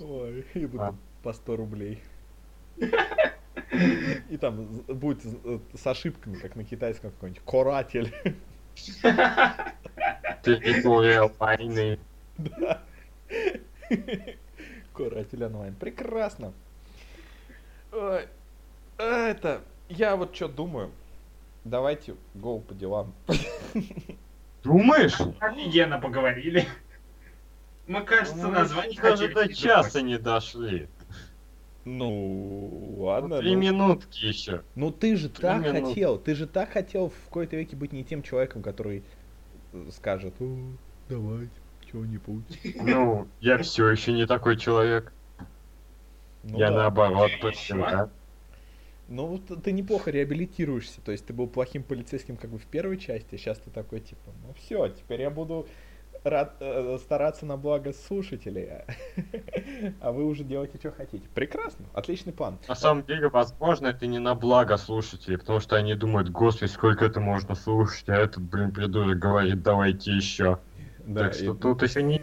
Speaker 2: Ой, и буду
Speaker 1: А.
Speaker 2: по 100 рублей. И там з- будет з- э, с ошибками, как на китайском какой-нибудь. Коратель.
Speaker 1: Территория войны.
Speaker 2: Да. Каратель онлайн. Прекрасно. Ой, а Это, я вот что думаю. Давайте гол по делам.
Speaker 1: Думаешь?
Speaker 3: Офигенно поговорили. Мы, кажется,
Speaker 1: Мы
Speaker 3: название
Speaker 1: Ну, даже
Speaker 3: хотели
Speaker 1: до
Speaker 3: придумать.
Speaker 1: часа не дошли.
Speaker 2: Ну, ладно.
Speaker 1: Три
Speaker 2: ну,
Speaker 1: минутки еще.
Speaker 2: ну ты же
Speaker 1: три
Speaker 2: так
Speaker 1: минуты.
Speaker 2: хотел, ты же так хотел в какой-то веке быть не тем человеком, который э, скажет, «О, давай, чего-нибудь.
Speaker 1: Ну, я все еще не такой человек.
Speaker 2: Ну
Speaker 1: я
Speaker 2: да.
Speaker 1: наоборот
Speaker 3: Ты
Speaker 1: почему
Speaker 3: еще?
Speaker 2: Ну, вот ты- ты неплохо реабилитируешься, то есть ты был плохим полицейским как бы в первой части, сейчас ты такой типа, ну все, теперь я буду рад- э, стараться на благо слушателей, а- а вы уже делаете, что хотите. Прекрасно, отличный план.
Speaker 1: На самом деле, возможно, это не на благо слушателей, потому что они думают, господи, сколько это можно слушать, а этот, блин, придурок говорит, давайте еще.
Speaker 2: Да,
Speaker 1: так что
Speaker 2: и
Speaker 1: тут еще не...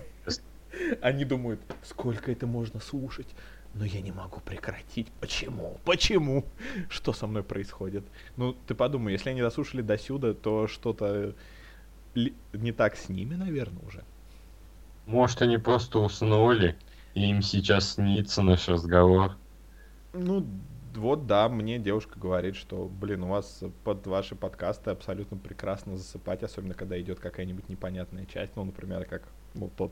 Speaker 2: Они думают, сколько это можно слушать, но я не могу прекратить. Почему? Почему? Что со мной происходит? Ну, ты подумай, если они дослушали до сюда, то что-то ли- не так с ними, наверное, уже.
Speaker 1: Может, они просто уснули, и им сейчас снится наш разговор.
Speaker 2: Ну, вот да, мне девушка говорит, что, блин, у вас под ваши подкасты абсолютно прекрасно засыпать, особенно когда идет какая-нибудь непонятная часть, ну, например, как вот тот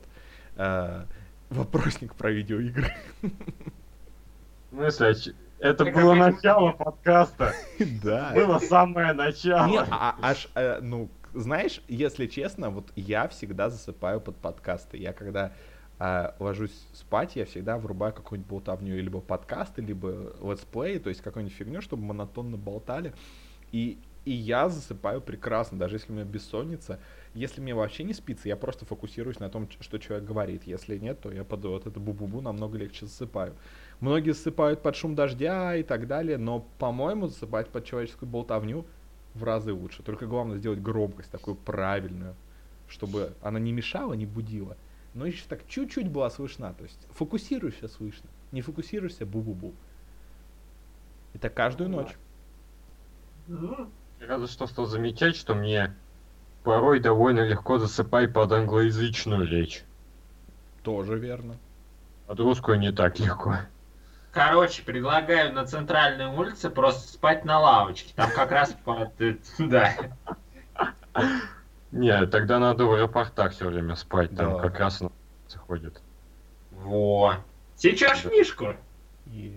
Speaker 2: э, вопросник про видеоигры.
Speaker 1: В смысле, а ч- это
Speaker 3: Так,
Speaker 1: было
Speaker 3: а почему
Speaker 1: начало подкаста,
Speaker 2: Да.
Speaker 1: было самое
Speaker 2: Не,
Speaker 1: начало.
Speaker 2: а- аж, э, ну, к- знаешь, если честно, вот я всегда засыпаю под подкасты. Я когда э, ложусь спать, я всегда врубаю какую-нибудь болтовню, либо подкасты, либо летсплей, то есть какую-нибудь фигню, чтобы монотонно болтали. И, и я засыпаю прекрасно, даже если у меня бессонница. Если мне вообще не спится, я просто фокусируюсь на том, ч- что человек говорит. Если нет, то я под вот это бу-бу-бу намного легче засыпаю. Многие засыпают под шум дождя и так далее, но, по-моему, засыпать под человеческую болтовню в разы лучше. Только главное сделать громкость такую правильную, чтобы она не мешала, не будила, но еще так чуть-чуть была слышна. То есть фокусируешься слышно, не фокусируешься бу-бу-бу. Это каждую
Speaker 1: Ну да.
Speaker 2: ночь.
Speaker 3: Ну,
Speaker 1: Разве что стал замечать, что мне порой довольно легко засыпай под англоязычную речь.
Speaker 2: Тоже верно.
Speaker 1: Под русскую не так легко.
Speaker 3: Короче, предлагаю на центральной улице просто спать на лавочке. Там как раз под... э, Да.
Speaker 1: Не, тогда надо в аэропортах все время спать, там
Speaker 2: Да.
Speaker 1: как раз на улице ходят.
Speaker 3: Во. Сейчас мишку.
Speaker 2: И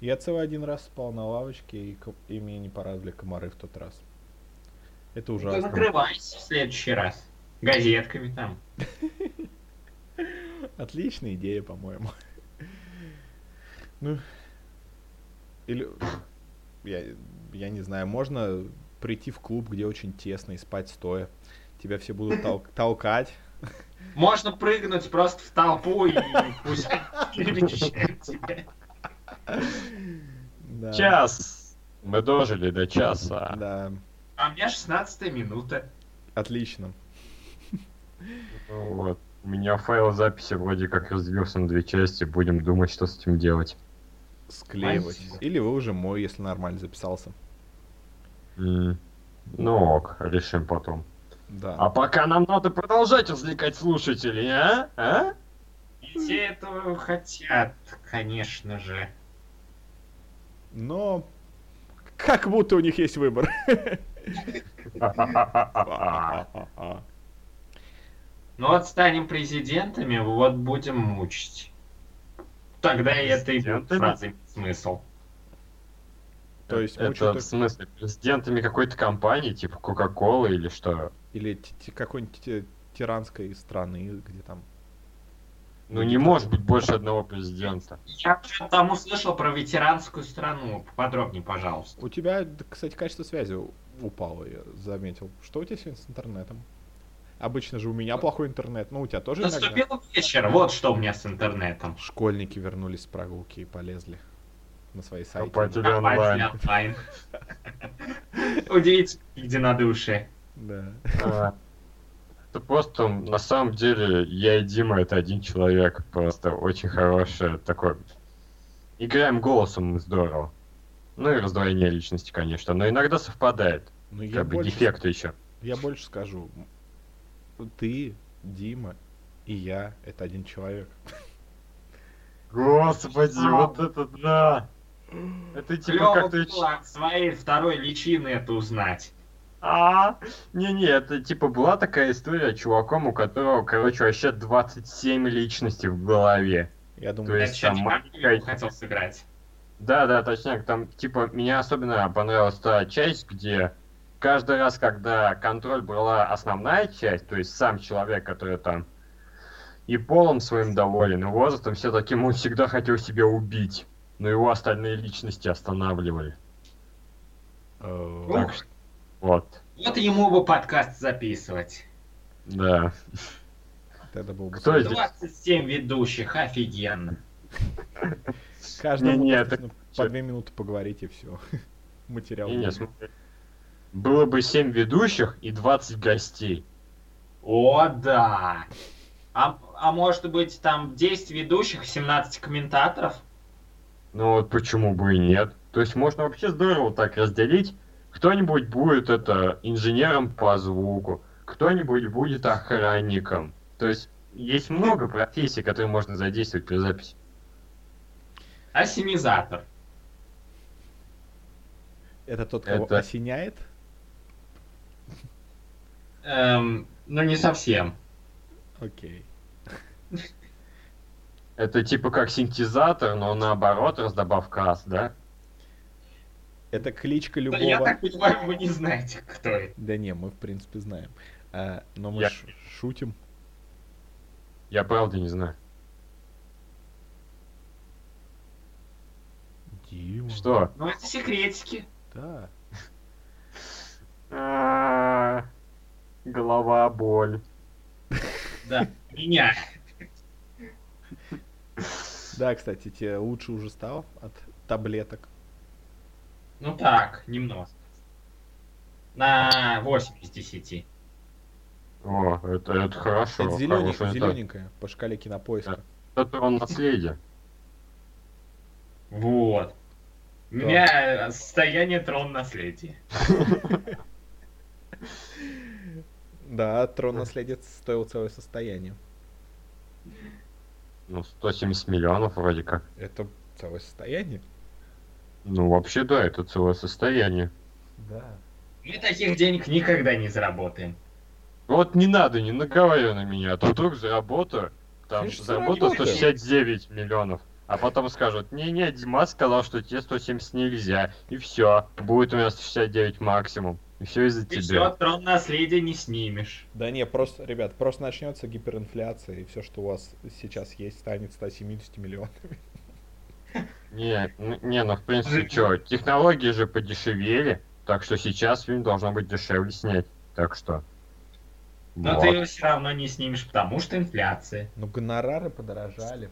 Speaker 2: я целый один раз спал на лавочке, и, ко- и меня не порадовали комары в тот раз. Это
Speaker 3: Ты
Speaker 2: ужасно.
Speaker 3: накрывайся в следующий раз. газетками там.
Speaker 2: Отличная идея, по-моему. Ну, или... Я, я не знаю, можно прийти в клуб, где очень тесно и спать стоя. Тебя все будут тол- толкать.
Speaker 3: Можно прыгнуть просто в толпу и пусть перемещает тебя.
Speaker 2: Да,
Speaker 1: Час. Мы дожили до часа.
Speaker 2: Да,
Speaker 3: А у меня 16 минута.
Speaker 2: отлично.
Speaker 1: Ну Вот. У меня файл записи вроде как разбился на две части. Будем думать, что с этим делать.
Speaker 2: Склеивать.
Speaker 3: Спасибо.
Speaker 2: Или вы уже мой, если нормально записался.
Speaker 1: М. Ну ок, решим потом.
Speaker 2: Да.
Speaker 1: А пока нам надо продолжать развлекать слушателей, а? А?
Speaker 3: И Все этого хотят, конечно же.
Speaker 2: Но как будто у них есть выбор.
Speaker 3: Ну вот станем президентами, вот будем мучить. Тогда и это и будет
Speaker 1: Президентами?
Speaker 3: фраза имеет смысл.
Speaker 2: То есть мучу
Speaker 1: это
Speaker 2: так-
Speaker 1: в смысле президентами какой-то компании, типа Кока-Колы или что?
Speaker 2: Или ти- ти- какой-нибудь ти- тиранской страны, где там...
Speaker 1: Ну не может быть больше одного президента.
Speaker 3: Я что-то там услышал про ветеранскую страну. Поподробнее, пожалуйста.
Speaker 2: У тебя, д- кстати, качество связи у- упало, я заметил. Что у тебя сегодня с интернетом? Обычно же у меня плохой интернет, но у тебя тоже иногда.
Speaker 3: Наступил вечер, вот что у меня с интернетом.
Speaker 2: Школьники вернулись с прогулки и полезли на свои сайты.
Speaker 1: Копатели
Speaker 3: Компания
Speaker 1: онлайн.
Speaker 3: онлайн. Удивительно единодушие.
Speaker 2: Да.
Speaker 1: А, Это просто, на самом деле, я и Дима это один человек. Просто очень хорошее такое. Играем голосом здорово. Ну и раздвоение личности, конечно. Но иногда совпадает.
Speaker 2: Ну, я
Speaker 1: Как бы
Speaker 2: больше,
Speaker 1: дефекты еще.
Speaker 2: я больше скажу. Ты, Дима и я — это один человек.
Speaker 1: Господи,
Speaker 2: А.
Speaker 1: вот это да! Это типа
Speaker 3: Клево
Speaker 1: как ты...
Speaker 3: было от своей второй личины это узнать.
Speaker 1: А, не-не, это типа была такая история чуваком, у которого, короче, вообще 27 личностей в голове.
Speaker 2: Я думаю,
Speaker 1: То
Speaker 3: Я
Speaker 1: есть
Speaker 3: чё,
Speaker 1: там
Speaker 3: не
Speaker 1: маленькая-
Speaker 3: как хотел сыграть.
Speaker 1: Да, да, точняк. Там, типа, мне особенно понравилась та часть, где каждый раз, когда контроль была основная часть, то есть сам человек, который там и полом своим доволен, и возрастом, все таким он всегда хотел себя убить. Но его остальные личности останавливали.
Speaker 2: э,
Speaker 1: Так что, вот,
Speaker 3: Вот ему бы подкаст записывать.
Speaker 1: да.
Speaker 2: это было бы...
Speaker 1: Кто
Speaker 2: сложно.
Speaker 1: здесь?
Speaker 3: 27 ведущих, офигенно.
Speaker 2: Каждому
Speaker 1: Не-не,
Speaker 2: просто
Speaker 1: это
Speaker 2: ну,
Speaker 1: всё.
Speaker 2: по две минуты поговорить и все. Материал.
Speaker 1: Не, не, смотри. Было бы 7 ведущих и 20 гостей.
Speaker 3: О, да. А, а может быть там 10 ведущих, 17 комментаторов?
Speaker 1: Ну вот почему бы и нет. То есть можно вообще здорово так разделить. Кто-нибудь будет это инженером по звуку, кто-нибудь будет охранником. То есть есть много профессий, которые можно задействовать при записи.
Speaker 3: Ассенизатор.
Speaker 2: Это тот, кого
Speaker 1: Это-
Speaker 2: осеняет?
Speaker 3: Эм, ну не совсем.
Speaker 2: Окей.
Speaker 1: Это типа как синтезатор, но наоборот, раздобавка ас, да?
Speaker 2: Это кличка
Speaker 3: Да
Speaker 2: любого...
Speaker 3: Ну, Я так понимаю, вы не знаете, кто это.
Speaker 2: Да не, мы в принципе знаем. А, но мы
Speaker 1: Я-
Speaker 2: ш- шутим.
Speaker 1: Я правда не знаю.
Speaker 2: Дима.
Speaker 1: Что?
Speaker 3: Ну это секретики.
Speaker 2: Да.
Speaker 1: А, Голова боль.
Speaker 3: Да, меня.
Speaker 2: Да, кстати, тебе лучше уже стало от таблеток.
Speaker 3: Ну так, немного. На 8 из 10.
Speaker 1: О, это, это хорошо.
Speaker 2: это зелёне-
Speaker 1: хороший результат.
Speaker 2: зелененькая по шкале кинопоиска.
Speaker 1: Это он наследие.
Speaker 3: Вот. У меня э, состояние трон наследия.
Speaker 2: Да, трон наследец стоил целое состояние.
Speaker 1: Ну, 170 миллионов вроде как.
Speaker 2: Это целое состояние?
Speaker 1: Ну, вообще, да, это целое состояние.
Speaker 2: Да.
Speaker 3: Мы таких денег никогда не заработаем.
Speaker 1: Ну, Вот не надо, не наговаривай на меня, а то вдруг заработаю, там
Speaker 2: Конечно,
Speaker 1: заработал
Speaker 2: заработаю.
Speaker 1: 169 миллионов, а потом скажут, не-не, Дима сказал, что тебе 170 нельзя, и все, будет у меня 169 максимум. И все из-за
Speaker 3: Ты
Speaker 1: тебя.
Speaker 3: все, трон наследия не снимешь.
Speaker 2: Да не, просто, ребят, просто начнется гиперинфляция, и все, что у вас сейчас есть, станет 170 миллионов.
Speaker 1: Не, ну- не, ну в принципе, что, технологии же подешевели, так что сейчас фильм должно быть дешевле снять. Так что.
Speaker 3: Но
Speaker 1: вот.
Speaker 3: ты его все равно не снимешь, потому что инфляция.
Speaker 2: Ну, гонорары подорожали.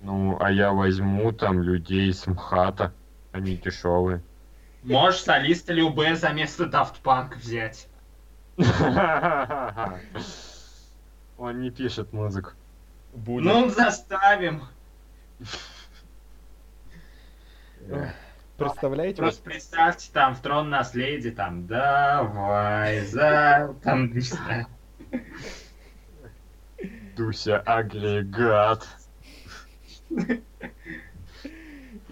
Speaker 1: Ну, а я возьму там людей с МХАТа. Они дешевые.
Speaker 3: Можешь солиста Любе за место Daft Punk взять.
Speaker 1: Он не пишет музыку.
Speaker 2: Будет.
Speaker 3: Ну, заставим. Ну,
Speaker 2: Представляете, вот
Speaker 3: Просто представьте, там в трон наследия, там, давай, за, там, не знаю.
Speaker 1: Дуся агрегат.
Speaker 2: в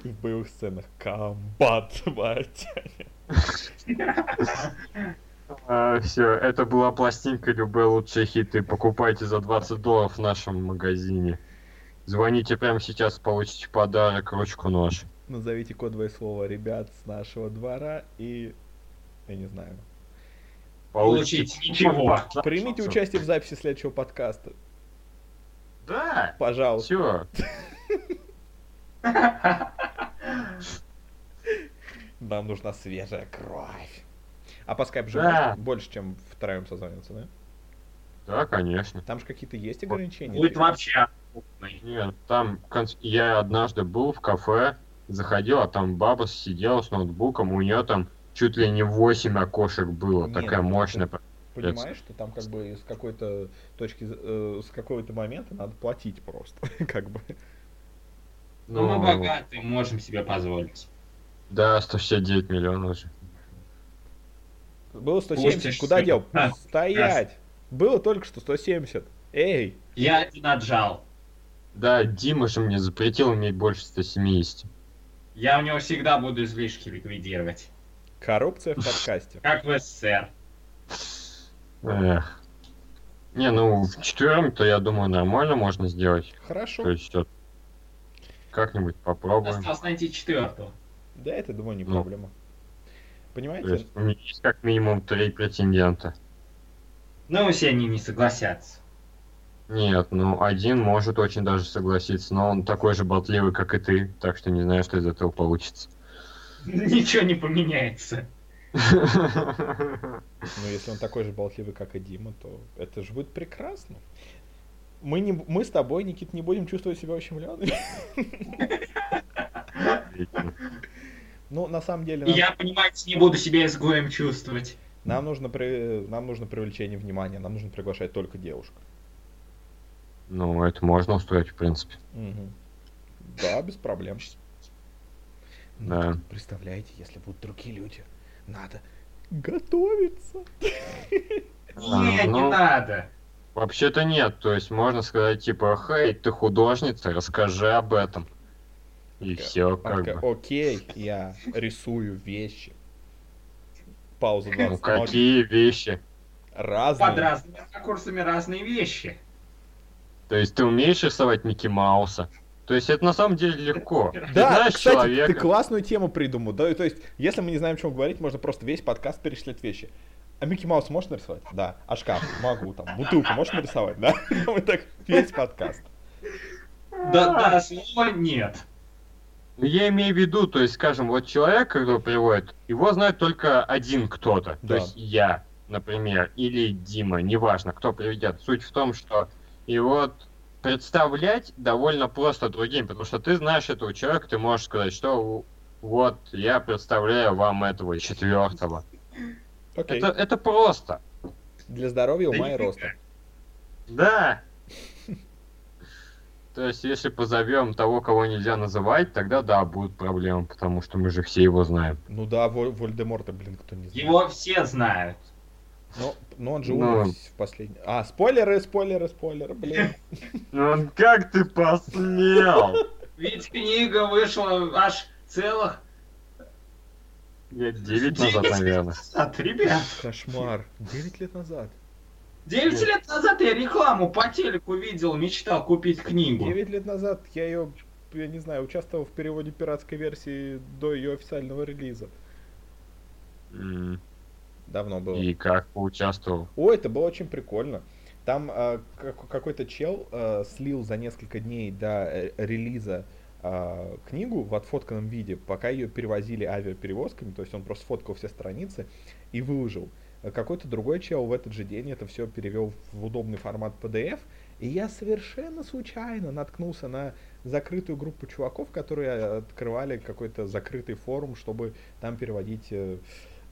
Speaker 2: боевых сценах комбат, мать.
Speaker 1: все, А, это была пластинка любые лучшие хиты. Покупайте за 20 долларов в нашем магазине. Звоните прямо сейчас, получите подарок, ручку-нож.
Speaker 2: Назовите кодовое слово ребят с нашего двора и... Я не знаю.
Speaker 3: Получить ничего.
Speaker 2: Примите участие в записи следующего подкаста.
Speaker 1: Да,
Speaker 2: Пожалуйста.
Speaker 1: все.
Speaker 2: Нам нужна свежая кровь. А по скайпу же
Speaker 1: Да.
Speaker 2: больше, чем втроем созваниваться, да?
Speaker 1: Да, конечно.
Speaker 2: Там же какие-то есть ограничения?
Speaker 3: Будет вообще крупный.
Speaker 1: Нет, ну там конс- я однажды был в кафе, заходил, а там баба сидела с ноутбуком, у нее там чуть ли не 8 окошек было,
Speaker 2: Нет,
Speaker 1: такая
Speaker 2: ну,
Speaker 1: мощная.
Speaker 2: Понимаешь, что там как бы с какой-то точки, э, с какого-то момента надо платить просто, как бы.
Speaker 3: Ну, мы
Speaker 1: Ну,
Speaker 3: богатые, можем себе позволить.
Speaker 1: да, 169 миллионов же.
Speaker 2: Было 170,
Speaker 3: Пустишь
Speaker 2: куда
Speaker 3: себе.
Speaker 2: дел?
Speaker 3: А,
Speaker 2: Стоять! Было только что 170. Эй!
Speaker 3: Я один отжал.
Speaker 1: Да, Дима же мне запретил иметь больше 170.
Speaker 3: Я у него всегда буду излишки ликвидировать.
Speaker 2: Коррупция в подкасте.
Speaker 3: Как в СССР.
Speaker 1: Эх. Не, ну в четвером-то, я думаю, нормально можно сделать. То
Speaker 2: Хорошо.
Speaker 1: есть всё. как-нибудь попробуем.
Speaker 3: Осталось найти четвертого.
Speaker 2: Да, это, думаю, не
Speaker 1: Ну.
Speaker 2: проблема.
Speaker 1: То
Speaker 2: Понимаете?
Speaker 1: есть у меня есть как минимум три претендента.
Speaker 3: Ну, все они не согласятся.
Speaker 1: Нет, ну один может очень даже согласиться, но он такой же болтливый, как и ты, так что не знаю, что из этого получится.
Speaker 3: Ничего не поменяется.
Speaker 2: Но Ну, если он такой же болтливый, как и Дима, то это же будет прекрасно. Мы, не, мы с тобой, Никит, не будем чувствовать себя ущемленными. Ну, на самом деле,
Speaker 3: И
Speaker 2: нам,
Speaker 3: я, понимаете, не буду себя изгоем чувствовать.
Speaker 2: нам нужно при- нам нужно привлечение внимания, нам нужно приглашать только девушек.
Speaker 1: Ну, это можно устроить, в принципе.
Speaker 2: Мгм. Да, без проблем. Ну,
Speaker 1: Да.
Speaker 2: Представляете, если будут другие люди, надо готовиться.
Speaker 3: Не, не
Speaker 1: ну.
Speaker 3: надо.
Speaker 1: Вообще-то нет, то есть можно сказать, типа, хей, ты художница, расскажи об этом. И
Speaker 2: Такая-
Speaker 1: все,
Speaker 2: Она
Speaker 1: как
Speaker 2: такая,
Speaker 1: бы.
Speaker 2: Окей, я рисую вещи. Пауза
Speaker 1: Ну,
Speaker 2: 20 ноль.
Speaker 1: какие вещи?
Speaker 3: Под
Speaker 2: Разные.
Speaker 3: разными ракурсами разные вещи.
Speaker 1: То есть ты умеешь рисовать Микки Мауса? То есть это на самом деле легко. Ты
Speaker 2: Да,
Speaker 1: знаешь
Speaker 2: кстати,
Speaker 1: человека.
Speaker 2: ты классную тему придумал. Да, то есть, если мы не знаем, о чем говорить, можно просто весь подкаст перечислять вещи. А Микки Маус можешь нарисовать? Да. А шкаф? Могу. Там бутылку можешь нарисовать? Да. Ну, Мы так весь подкаст.
Speaker 3: Да, да, слова нет.
Speaker 1: Ну, Я имею в виду, то есть, скажем, вот человек, который приводит, его знает только один кто-то.
Speaker 2: Да.
Speaker 1: То есть я, например, или Дима, неважно, кто приведет. Суть в том, что и вот представлять довольно просто другим, потому что ты знаешь этого человека, ты можешь сказать, что у- вот я представляю вам этого четвертого.
Speaker 2: Окей.
Speaker 1: Это, это просто.
Speaker 2: Для здоровья,
Speaker 3: Да
Speaker 2: ума и
Speaker 3: нифига.
Speaker 2: роста.
Speaker 1: Да. То есть, если позовем того, кого нельзя называть, тогда да, будут проблемы, потому что мы же все его знаем.
Speaker 2: Ну да, Воль- Вольдеморта, блин, кто не знает.
Speaker 3: Его все знают.
Speaker 2: Но, но он же
Speaker 1: Ну.
Speaker 2: умер в последний... А, спойлеры, спойлеры, спойлеры, блин.
Speaker 1: Ну как ты посмел?
Speaker 3: Ведь книга вышла аж целых
Speaker 1: Лет 9 назад, наверное.
Speaker 3: от ребят.
Speaker 2: Кошмар. 9 лет назад.
Speaker 3: Девять лет назад я рекламу по телеку видел, мечтал купить книгу.
Speaker 2: 9 лет назад я ее, я не знаю, участвовал в переводе пиратской версии до ее официального релиза.
Speaker 1: М,
Speaker 2: Давно было.
Speaker 1: И как поучаствовал?
Speaker 2: О, это было очень прикольно. Там э, как- какой-то чел э, слил за несколько дней до э, релиза э, книгу в отфотканном виде, пока ее перевозили авиаперевозками, то есть он просто фоткал все страницы и выложил. Э, Какой-то другой чел в этот же день это все перевел в удобный формат PDF, и я совершенно случайно наткнулся на закрытую группу чуваков, которые а, открывали какой-то закрытый форум, чтобы там переводить э,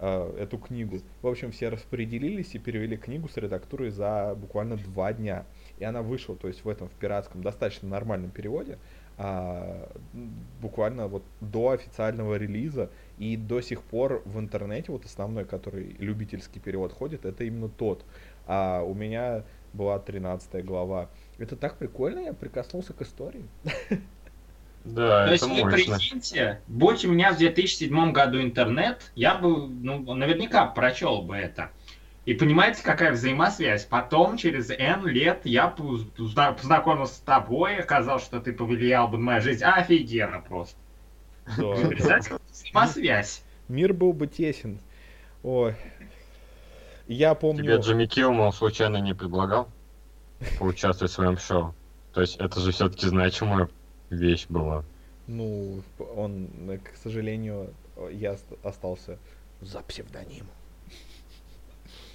Speaker 2: э, эту книгу. В общем, все распределились и перевели книгу с редактурой за буквально два дня. И она вышла, то есть в этом, в пиратском, достаточно нормальном переводе, а, м, буквально вот до официального релиза. И до сих пор в интернете, вот основной, который любительский перевод ходит, это именно тот. А у меня была 13 глава. Это так прикольно, я прикоснулся к истории.
Speaker 1: Да,
Speaker 3: То есть,
Speaker 1: это
Speaker 3: вы
Speaker 1: мощно.
Speaker 3: прикиньте, будь у меня в 2007 году интернет, я бы, ну, наверняка прочел бы это. И понимаете, какая взаимосвязь? Потом, через N лет, я пу- зна- познакомился с тобой, оказалось, что ты повлиял бы на мою жизнь. Офигенно просто.
Speaker 2: Да.
Speaker 3: Представляете, взаимосвязь.
Speaker 2: Мир был бы тесен. Ой. Я
Speaker 1: Тебе
Speaker 2: помню...
Speaker 1: Джимми Килман случайно не предлагал поучаствовать в своем шоу? То есть это же все-таки значимая вещь была.
Speaker 2: Ну, п- он, э, к сожалению, о, я ост- остался за псевдоним.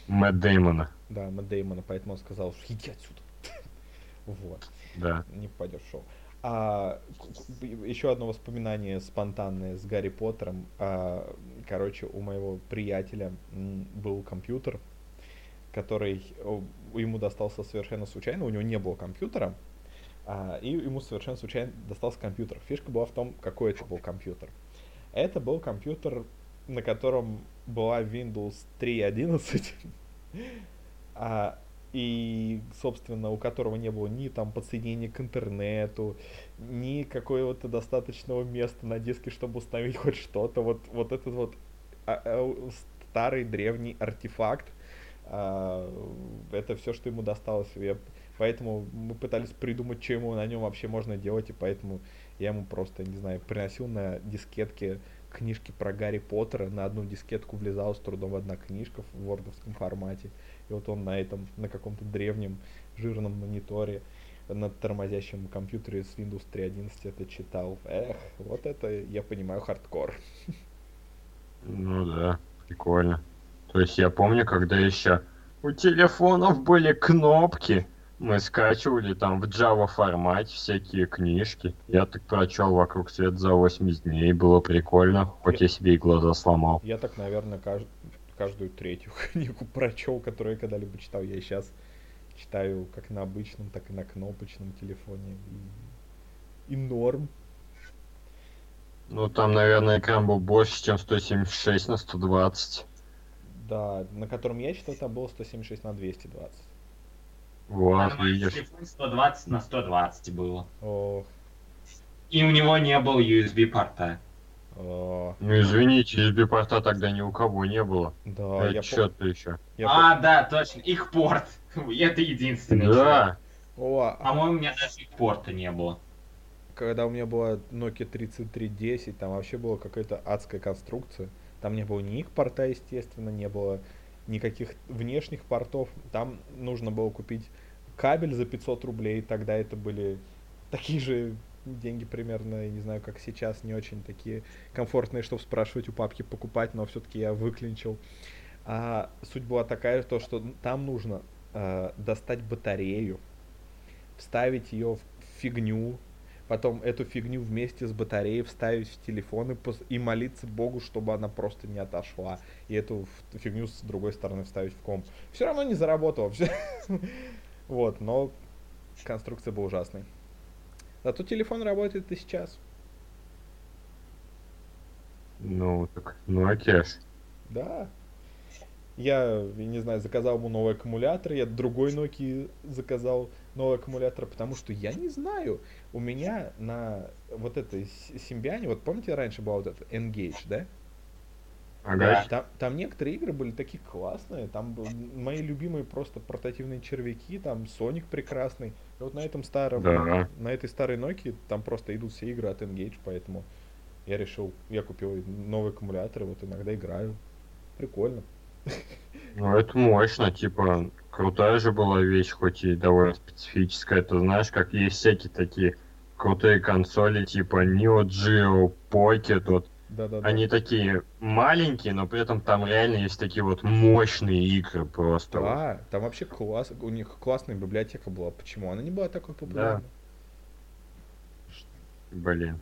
Speaker 1: Мэтт Деймона,
Speaker 2: Да, Мэтт Дэймона, поэтому он сказал, что иди отсюда. Вот,
Speaker 1: да.
Speaker 2: не попадешь в шоу. еще одно воспоминание спонтанное с Гарри Поттером. А, короче, у моего приятеля м, был компьютер, который о, ему достался совершенно случайно, у него не было компьютера, а, и ему совершенно случайно достался компьютер. Фишка была в том, какой это был компьютер. Это был компьютер, на котором была Windows 3.11, а, и, собственно, у которого не было ни там подсоединения к интернету, ни какого-то достаточного места на диске, чтобы установить хоть что-то. Вот, вот этот вот а, а, старый древний артефакт, а, это все, что ему досталось. Я- Поэтому мы пытались придумать, что ему на нем вообще можно делать, и поэтому я ему просто, не знаю, приносил на дискетке книжки про Гарри Поттера, на одну дискетку влезала с трудом одна книжка в вордовском формате, и вот он на этом, на каком-то древнем жирном мониторе на тормозящем компьютере с Windows 3.11 это читал. Эх, вот это я понимаю хардкор.
Speaker 1: Ну да, прикольно. То есть я помню, когда еще у телефонов были кнопки. Мы скачивали там в Java формате всякие книжки. Я так прочел «Вокруг свет за 80 дней». Было прикольно, хоть я себе и глаза сломал.
Speaker 2: Я так, наверное, кажд- каждую третью книгу прочел, которую я когда-либо читал. Я сейчас читаю как на обычном, так и на кнопочном телефоне. И, и норм.
Speaker 1: Ну там, наверное, экран был больше, чем 176 на 120.
Speaker 2: Да, на котором я читал, там было 176 на 220.
Speaker 1: Вот,
Speaker 3: На моем
Speaker 1: видишь.
Speaker 3: телефоне 120 на 120 было.
Speaker 2: Ох,
Speaker 3: И у него не было USB-порта.
Speaker 2: о,
Speaker 1: Ну извините, USB-порта тогда ни у кого не было.
Speaker 2: да, А, я,
Speaker 1: Это
Speaker 2: пом-
Speaker 1: чё ты еще?
Speaker 2: я пом-
Speaker 3: а, да, точно, их порт. Это единственный.
Speaker 1: Да,
Speaker 2: О, а
Speaker 3: По-моему, у меня даже их порта не было.
Speaker 2: когда у меня была Nokia 3310, там вообще была какая-то адская конструкция. Там не было ни их порта, естественно, не было никаких внешних портов. Там нужно было купить кабель за 500 рублей. Тогда это были такие же деньги примерно, я не знаю, как сейчас, не очень такие комфортные, чтобы спрашивать у папки покупать, но все-таки я выклинчил. А суть была такая, то, что там нужно э, достать батарею, вставить ее в фигню, потом эту фигню вместе с батареей вставить в телефон и, пос- и молиться Богу, чтобы она просто не отошла. И эту ф- фигню с другой стороны вставить в ком. Все равно не заработало. всё. Вот, но конструкция была ужасной. Зато телефон работает и сейчас.
Speaker 1: ну так, ну окей.
Speaker 2: Да. Я, я не знаю, заказал ему новый аккумулятор, я другой Nokia заказал новый аккумулятор, потому что я не знаю. У меня на вот этой с- симбиане, вот помните, раньше была вот эта Engage, да?
Speaker 1: Ага.
Speaker 2: Там, там некоторые игры были такие классные, там был- мои любимые просто портативные червяки, там Sonic прекрасный. И вот на этом старом,
Speaker 1: Да.
Speaker 2: на этой старой Nokia там просто идут все игры от Engage, поэтому я решил, я купил новый аккумулятор, и вот иногда играю. Прикольно.
Speaker 1: Ну, это мощно, типа, крутая же была вещь, хоть и довольно специфическая. Ты знаешь, как есть всякие такие крутые консоли, типа Neo Geo, Pocket, вот.
Speaker 2: Да-да-да.
Speaker 1: Они такие маленькие, но при этом там реально есть такие вот мощные игры просто. вот.
Speaker 2: Да, там вообще класс, у них классная библиотека была. Почему она не была такой популярной?
Speaker 1: Блин.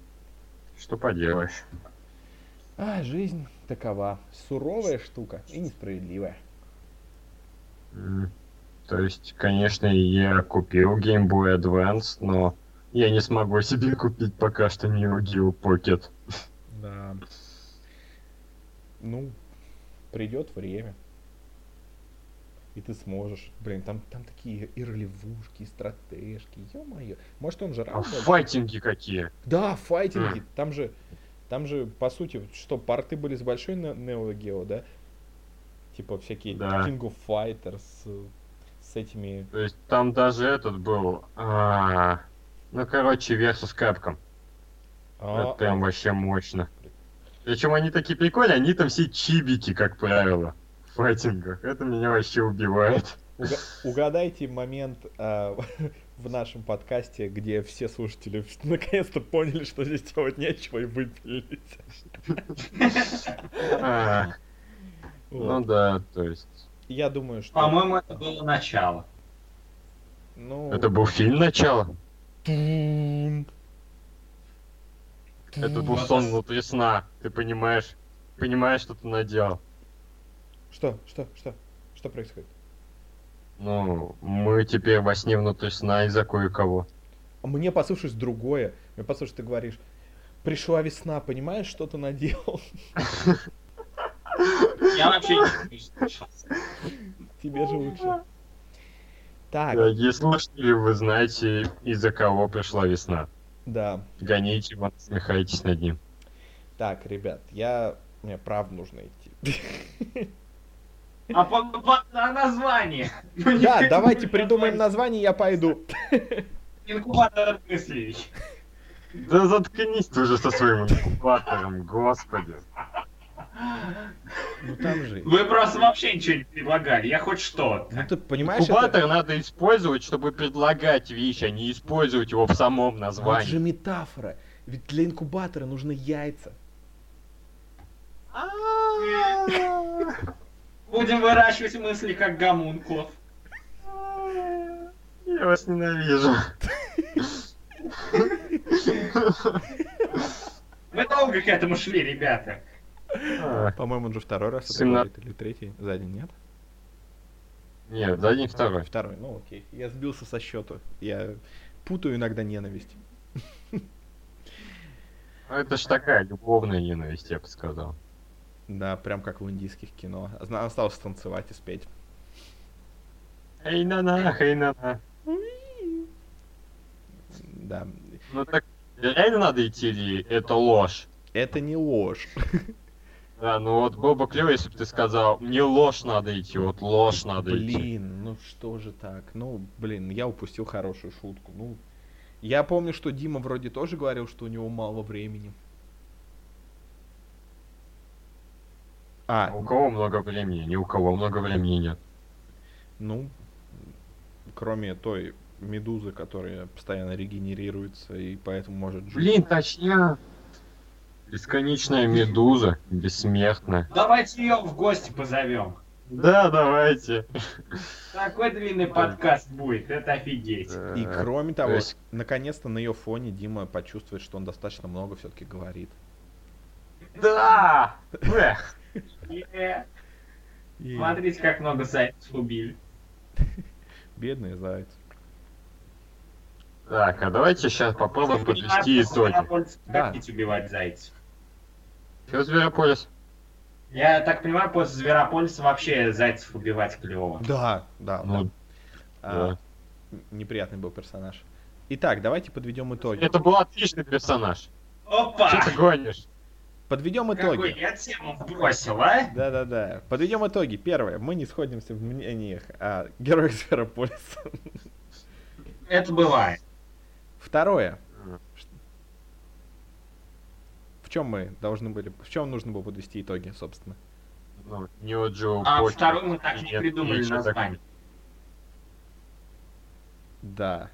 Speaker 1: Что поделаешь?
Speaker 2: А, жизнь такова. Суровая штука и несправедливая.
Speaker 1: М, То есть, конечно, я купил Game Boy Advance, но я не смогу себе купить пока что Neo Geo Pocket.
Speaker 2: Да. Ну, придет время. И ты сможешь. Блин, там, там такие и ролевушки, и стратежки. Ё-моё. Может, он же
Speaker 1: А
Speaker 2: раунд
Speaker 1: файтинги какие?
Speaker 2: Да, файтинги. Там же, там же, по сути, вот что, порты были с большой на Neo Geo, да? Типа всякие
Speaker 1: Да.
Speaker 2: King of Fighters э, с этими...
Speaker 1: То есть там даже этот был... а, Ну, короче, Versus Capcom. Это
Speaker 2: А,
Speaker 1: прям вообще мощно. Причем они такие прикольные, они там все чибики, как правило, в файтингах. Это меня вообще убивает.
Speaker 2: уга- угадайте момент а, в нашем подкасте, где все слушатели наконец-то поняли, что здесь делать нечего и выпилились.
Speaker 1: А, Ну
Speaker 2: Вот.
Speaker 1: да, то есть...
Speaker 2: Я думаю, что...
Speaker 3: По-моему, это было начало.
Speaker 2: Ну...
Speaker 1: Это был фильм «Начало»?
Speaker 2: Тун.
Speaker 1: Это
Speaker 2: Тун.
Speaker 1: был сон внутри сна. Ты понимаешь, понимаешь, что ты наделал.
Speaker 2: Что? Что? Что? Что происходит?
Speaker 1: Ну, мы теперь во сне внутри сна из-за кое-кого.
Speaker 2: А Мне послушать другое. Мне послушать, ты говоришь, пришла весна, понимаешь, что ты наделал?
Speaker 3: Я вообще не слышал.
Speaker 2: Тебе же лучше.
Speaker 1: Да,
Speaker 2: Так,
Speaker 1: Э, Если слушатели, вы знаете, из-за кого пришла весна.
Speaker 2: да.
Speaker 1: Гоните его, насмехайтесь над ним.
Speaker 2: Так, ребят, я... Мне правда нужно идти.
Speaker 3: А по, по- на название. Ну,
Speaker 2: Да,
Speaker 3: никак
Speaker 2: давайте
Speaker 3: не
Speaker 2: придумаем название,
Speaker 3: название.
Speaker 2: я пойду.
Speaker 3: Инкубатор от мыслей.
Speaker 1: Да заткнись ты уже со своим инкубатором, господи.
Speaker 2: Ну там же...
Speaker 3: Вы просто вообще ничего не предлагали. Я хоть что.
Speaker 2: Ну ты понимаешь, это...
Speaker 1: Инкубатор надо использовать, чтобы предлагать вещи, а не использовать его в самом
Speaker 2: Ну, это же
Speaker 1: названии.
Speaker 2: метафора. Ведь для инкубатора нужны яйца.
Speaker 3: Будем выращивать мысли как гомункулов.
Speaker 1: Я вас ненавижу.
Speaker 3: Мы долго к этому шли, ребята.
Speaker 1: А,
Speaker 2: По-моему, он же второй раз это
Speaker 1: Семна-
Speaker 2: говорит, или третий. За день, нет?
Speaker 1: Нет, за день
Speaker 2: А,
Speaker 1: второй.
Speaker 2: Второй, ну окей. Я сбился со счету. Я путаю иногда ненависть.
Speaker 1: Ну, Это ж такая любовная ненависть, я бы сказал.
Speaker 2: Да, прям как в индийских кино. Зна- Осталось танцевать и спеть.
Speaker 1: Эй, на-на, эй, на-на.
Speaker 2: Да.
Speaker 1: Ну так реально надо идти или это ложь?
Speaker 2: Это не ложь.
Speaker 1: Да, ну вот было бы клево, если бы ты сказал, мне ложь надо идти, вот ложь надо идти.
Speaker 2: Блин, ну что же так? Ну, блин, я упустил хорошую шутку. Ну, я помню, что Дима вроде тоже говорил, что у него мало времени.
Speaker 1: А У
Speaker 2: А,
Speaker 1: кого много времени? Ни у кого много времени нет.
Speaker 2: ну, кроме той медузы, которая постоянно регенерируется и поэтому может жить.
Speaker 1: Блин, точнее. Бесконечная медуза, бессмертная.
Speaker 3: Давайте ее в гости позовем.
Speaker 1: Да, давайте.
Speaker 3: Такой длинный подкаст будет, это офигеть.
Speaker 2: И кроме того,
Speaker 1: Э, есть-
Speaker 2: наконец-то на ее фоне Дима почувствует, что он достаточно много все-таки говорит.
Speaker 1: Да! Эх,
Speaker 3: Е, Смотрите, как много зайцев убили.
Speaker 2: Бедный заяц.
Speaker 1: Так, а давайте сейчас попробуем подвести итоги.
Speaker 3: Зверопольцы
Speaker 2: Да.
Speaker 3: хотите убивать зайцев.
Speaker 1: Все, Зверополис?
Speaker 3: Я так понимаю, после Зверополиса вообще зайцев убивать клево.
Speaker 2: Да, да, да.
Speaker 1: Ну,
Speaker 2: А,
Speaker 1: да.
Speaker 2: н- Неприятный был персонаж. Итак, давайте подведем итоги.
Speaker 1: Это был отличный персонаж.
Speaker 3: Опа!
Speaker 1: Че ты гонишь?
Speaker 2: Подведем
Speaker 3: Какой
Speaker 2: итоги.
Speaker 3: я тему бросил, а?
Speaker 2: Да-да-да. Подведем итоги. Первое. Мы не сходимся в мнениях о героях Зверополиса.
Speaker 3: Это бывает.
Speaker 2: Второе.
Speaker 1: Мгм.
Speaker 2: Ш- В чем мы должны были... В чем нужно было подвести итоги, собственно?
Speaker 1: ну, Neo Geo
Speaker 3: А
Speaker 1: Pocket
Speaker 3: второй мы так и не
Speaker 1: нет,
Speaker 3: придумали
Speaker 1: ничего
Speaker 3: название.
Speaker 2: Да.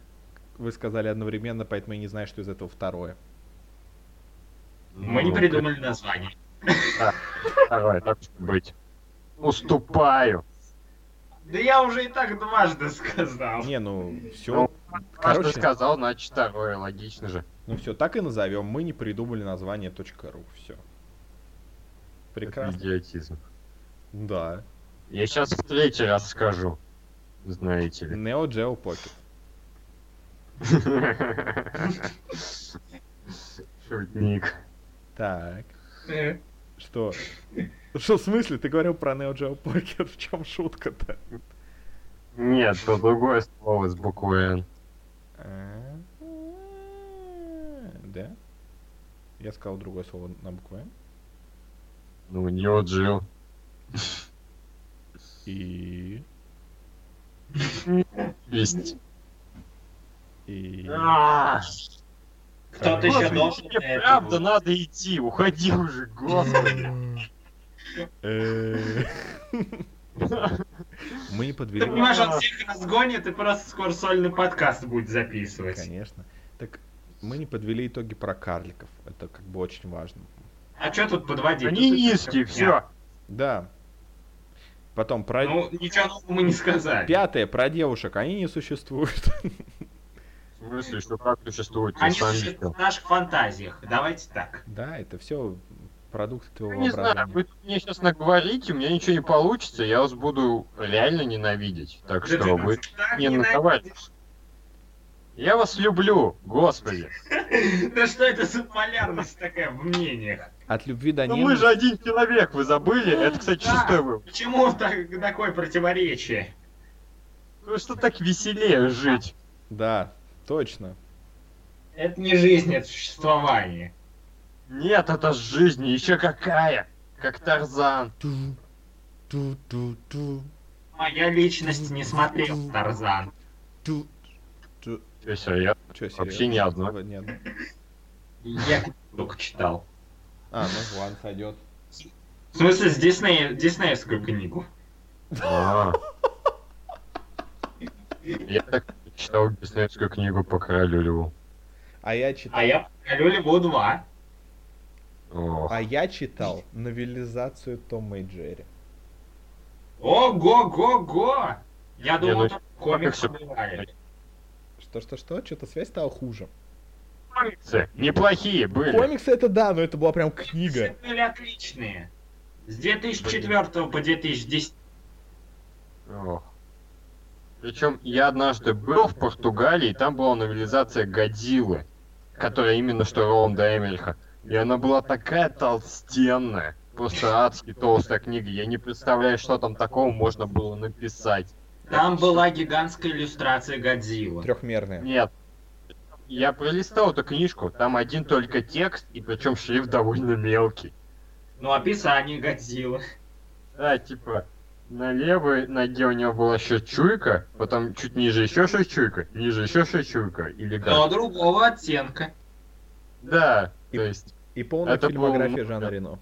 Speaker 2: Вы сказали одновременно, поэтому я не знаю, что из этого второе.
Speaker 1: такого.
Speaker 3: Мы не
Speaker 1: Ну,
Speaker 3: придумали название.
Speaker 1: Второе, так что быть. Уступаю.
Speaker 3: Да я уже и так дважды сказал.
Speaker 2: Не, ну все.
Speaker 1: Ну, Каждый
Speaker 2: Короче,
Speaker 1: сказал, значит второе, логично же.
Speaker 2: ну все, так и назовем. Мы не придумали название .ру. Все.
Speaker 1: Это
Speaker 2: Прекрасно.
Speaker 1: Идиотизм.
Speaker 2: Да.
Speaker 1: Я сейчас в третий раз скажу. Знаете ли.
Speaker 2: Neo Geo Pocket.
Speaker 1: Шутник.
Speaker 2: Так.
Speaker 3: Э,
Speaker 2: Что? Что в смысле? Ты говорил про Neo Geo Pocket. В чем шутка-то?
Speaker 1: Нет, то другое слово с буквой Н.
Speaker 2: А, Да? Я сказал другое слово на букву М.
Speaker 1: Ну, Neo Geo.
Speaker 2: И...
Speaker 1: Есть.
Speaker 2: И...
Speaker 1: А,
Speaker 3: Кто-то
Speaker 1: господи,
Speaker 3: еще должен
Speaker 1: мне
Speaker 3: на это
Speaker 1: правда
Speaker 3: будет.
Speaker 1: надо идти, уходи уже, господи.
Speaker 2: Э. Мы не
Speaker 3: Ты
Speaker 2: подвели.
Speaker 3: понимаешь, он всех разгонит и просто скоро сольный подкаст будет записывать.
Speaker 2: Конечно. Так мы не подвели итоги про карликов. Это как бы очень важно.
Speaker 3: А что тут подводить?
Speaker 1: Они
Speaker 3: Тут и
Speaker 1: низкие,
Speaker 3: херня.
Speaker 1: все.
Speaker 2: Да. Потом про
Speaker 3: Ну, ничего нового мы не сказали.
Speaker 2: пятое про девушек. Они не существуют.
Speaker 1: В смысле, что как существует, я
Speaker 3: Они
Speaker 1: сам
Speaker 3: существуют
Speaker 1: видел.
Speaker 3: в наших фантазиях. Давайте так.
Speaker 2: Да, это все продукты твоего
Speaker 1: Ну, не знаю,
Speaker 2: воображения.
Speaker 1: вы тут мне сейчас наговорите, у меня ничего не получится, я вас буду реально ненавидеть. Так
Speaker 3: Да ты
Speaker 1: что вы...
Speaker 3: нас так
Speaker 1: не
Speaker 3: ненавидишь.
Speaker 1: нахавайтесь. Я вас люблю, господи.
Speaker 3: Да что это за полярность такая в мнениях?
Speaker 2: От любви до
Speaker 1: Ну мы же
Speaker 2: ненависти.
Speaker 1: один человек, вы забыли? Это, кстати,
Speaker 3: Да.
Speaker 1: шестой выпуск.
Speaker 3: Почему так- такое противоречие?
Speaker 1: Ну что так веселее жить?
Speaker 2: Да, точно.
Speaker 3: Это не жизнь, это существование.
Speaker 1: Нет, это ж жизнь еще какая. Как Тарзан.
Speaker 2: Ту, ту, ту, ту,
Speaker 3: Моя личность не смотрел Тарзан.
Speaker 2: ту, ту.
Speaker 1: Чё, серьёзно?
Speaker 2: Чё,
Speaker 1: Вообще
Speaker 2: серьёзно?
Speaker 1: ни одной.
Speaker 2: Ни одной.
Speaker 3: Я только читал.
Speaker 2: А, ну ладно, сойдет.
Speaker 3: В смысле, с Дисней, диснеевскую книгу.
Speaker 1: А. Я так читал диснеевскую книгу по королю льву.
Speaker 2: А я читал.
Speaker 3: А я Люлеву 2.
Speaker 1: Ох.
Speaker 2: А я читал новелизацию Тома и Джерри.
Speaker 3: Ого-го-го! Я
Speaker 1: Не, ну,
Speaker 3: думал, там комиксы
Speaker 1: как всё-
Speaker 3: бывали.
Speaker 2: Что-что-что? Что-то связь стала хуже.
Speaker 1: Комиксы неплохие были.
Speaker 2: Комиксы это да, но это была прям книга.
Speaker 3: Комиксы были отличные. С 2004 по 2010.
Speaker 1: Причем я однажды был в Португалии, и там была новелизация Годзиллы, которая именно что Роланда Эмериха. И она была такая толстенная, просто адски толстая книга. Я не представляю, что там такого можно было написать.
Speaker 3: Там была гигантская иллюстрация Годзиллы.
Speaker 2: Трехмерная.
Speaker 1: Нет. Я пролистал эту книжку, там один только текст, и причем шрифт довольно мелкий.
Speaker 3: Ну, описание Годзиллы.
Speaker 1: Да, типа, на левой ноге у него была еще чуйка, потом чуть ниже еще шесть чуйка, ниже еще шесть чуйка, или как?
Speaker 3: Но другого оттенка.
Speaker 1: Да,
Speaker 2: И-
Speaker 1: то есть,
Speaker 2: И полная
Speaker 1: Это было
Speaker 2: фильмография
Speaker 1: много.
Speaker 2: Жана Рено.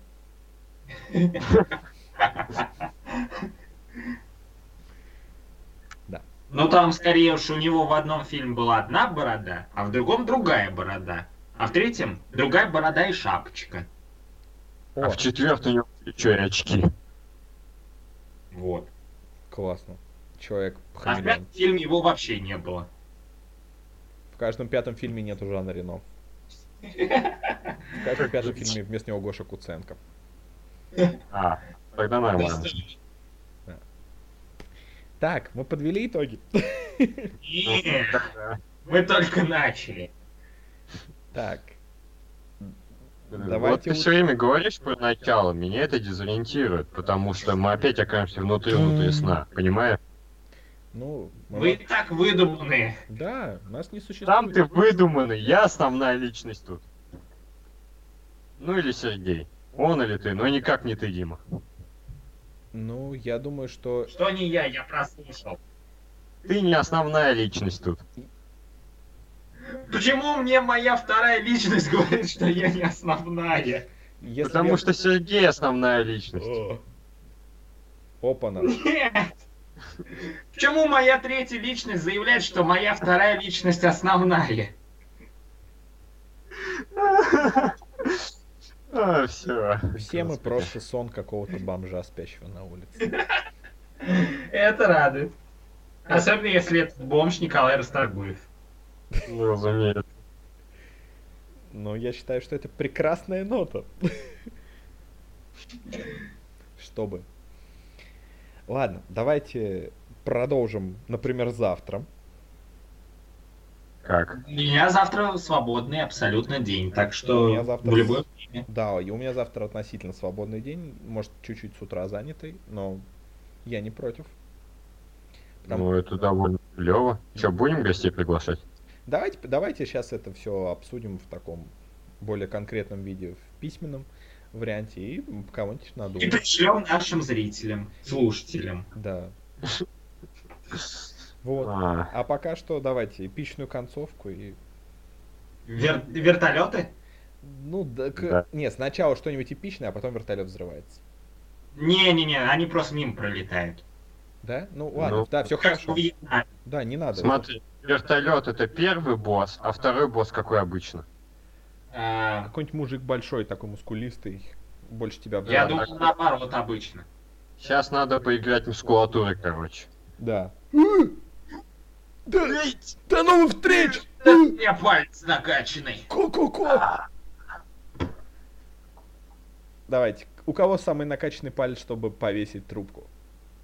Speaker 3: Ну, там скорее уж у него в одном фильме была одна борода, а в другом другая борода. А в третьем другая борода и шапочка.
Speaker 1: а
Speaker 2: О,
Speaker 1: в четвертый у него еще и очки.
Speaker 3: Вот.
Speaker 2: классно. Человек
Speaker 3: А в
Speaker 2: хамелеон.
Speaker 3: пятом фильме его вообще не было.
Speaker 2: В каждом пятом фильме нету Жана Рено. В каждом пятом фильме вместо него Гоша Куценко.
Speaker 1: А, тогда нормально.
Speaker 2: Так, мы подвели итоги.
Speaker 3: Не,
Speaker 1: Да.
Speaker 3: мы только начали.
Speaker 2: Так,
Speaker 1: Вот
Speaker 2: Давайте
Speaker 1: ты все время говоришь про начало, меня это дезориентирует, потому что мы опять окажемся внутри, внутри сна, понимаешь?
Speaker 2: ну... мы-
Speaker 3: Вы и так выдуманные.
Speaker 2: Да, нас не существует.
Speaker 1: Там ты выдуманный, я основная личность тут. Ну или Сергей, он или ты, но никак не ты, Дима.
Speaker 2: Ну, я думаю, что...
Speaker 3: Что не я, я прослушал.
Speaker 1: Ты не основная личность тут.
Speaker 3: Почему мне моя вторая личность говорит, что я не основная?
Speaker 2: Если
Speaker 1: Потому
Speaker 2: я-
Speaker 1: что Сергей основная личность.
Speaker 2: О. Опа-на.
Speaker 3: Нет. Почему моя третья личность заявляет, что моя вторая личность основная?
Speaker 1: А, все.
Speaker 2: Все мы просто сон какого-то бомжа, спящего на улице.
Speaker 3: Это радует. Особенно если этот бомж Николай Расторгуев.
Speaker 1: Ну, разумеется.
Speaker 2: Но я считаю, что это прекрасная нота. Чтобы. Ладно, давайте продолжим, например, завтра.
Speaker 1: Как?
Speaker 3: У меня завтра свободный абсолютно день, так что
Speaker 2: У меня завтра
Speaker 3: в любой...
Speaker 2: Да, и у меня завтра относительно свободный день. Может, чуть-чуть с утра занятый, но я не против. Там-
Speaker 1: Ну, это довольно клево. Че, будем гостей приглашать?
Speaker 2: Давайте, давайте сейчас это все обсудим в таком более конкретном виде, в письменном варианте, и кого-нибудь
Speaker 3: И
Speaker 2: надумаем.
Speaker 3: пришлем нашим зрителям, слушателям.
Speaker 2: Да. Вот.
Speaker 1: А,
Speaker 2: А пока что давайте эпичную концовку и...
Speaker 3: Вер- Вертолеты?
Speaker 2: Ну, да, к-
Speaker 1: Да.
Speaker 2: не, сначала что-нибудь эпичное, а потом вертолет взрывается.
Speaker 3: Не-не-не, они просто мимо пролетают.
Speaker 2: Да? Ну ладно,
Speaker 1: Ну,
Speaker 2: да, все
Speaker 3: Как
Speaker 2: хорошо.
Speaker 3: в Вьетнаме.
Speaker 2: Да, не надо.
Speaker 1: смотри, вертолет это первый босс, а второй босс какой обычно?
Speaker 3: А,
Speaker 2: Какой-нибудь мужик большой, такой мускулистый, больше тебя
Speaker 3: Я
Speaker 2: обжарит.
Speaker 1: думаю-
Speaker 3: думал, наоборот, обычно.
Speaker 1: Сейчас надо поиграть мускулатурой, короче.
Speaker 2: Да. ну,
Speaker 1: Эй,
Speaker 2: до новых встреч!
Speaker 3: Да, У меня палец накачанный.
Speaker 2: Ку-ку-ку! Давайте, у кого самый накачанный палец, чтобы повесить трубку?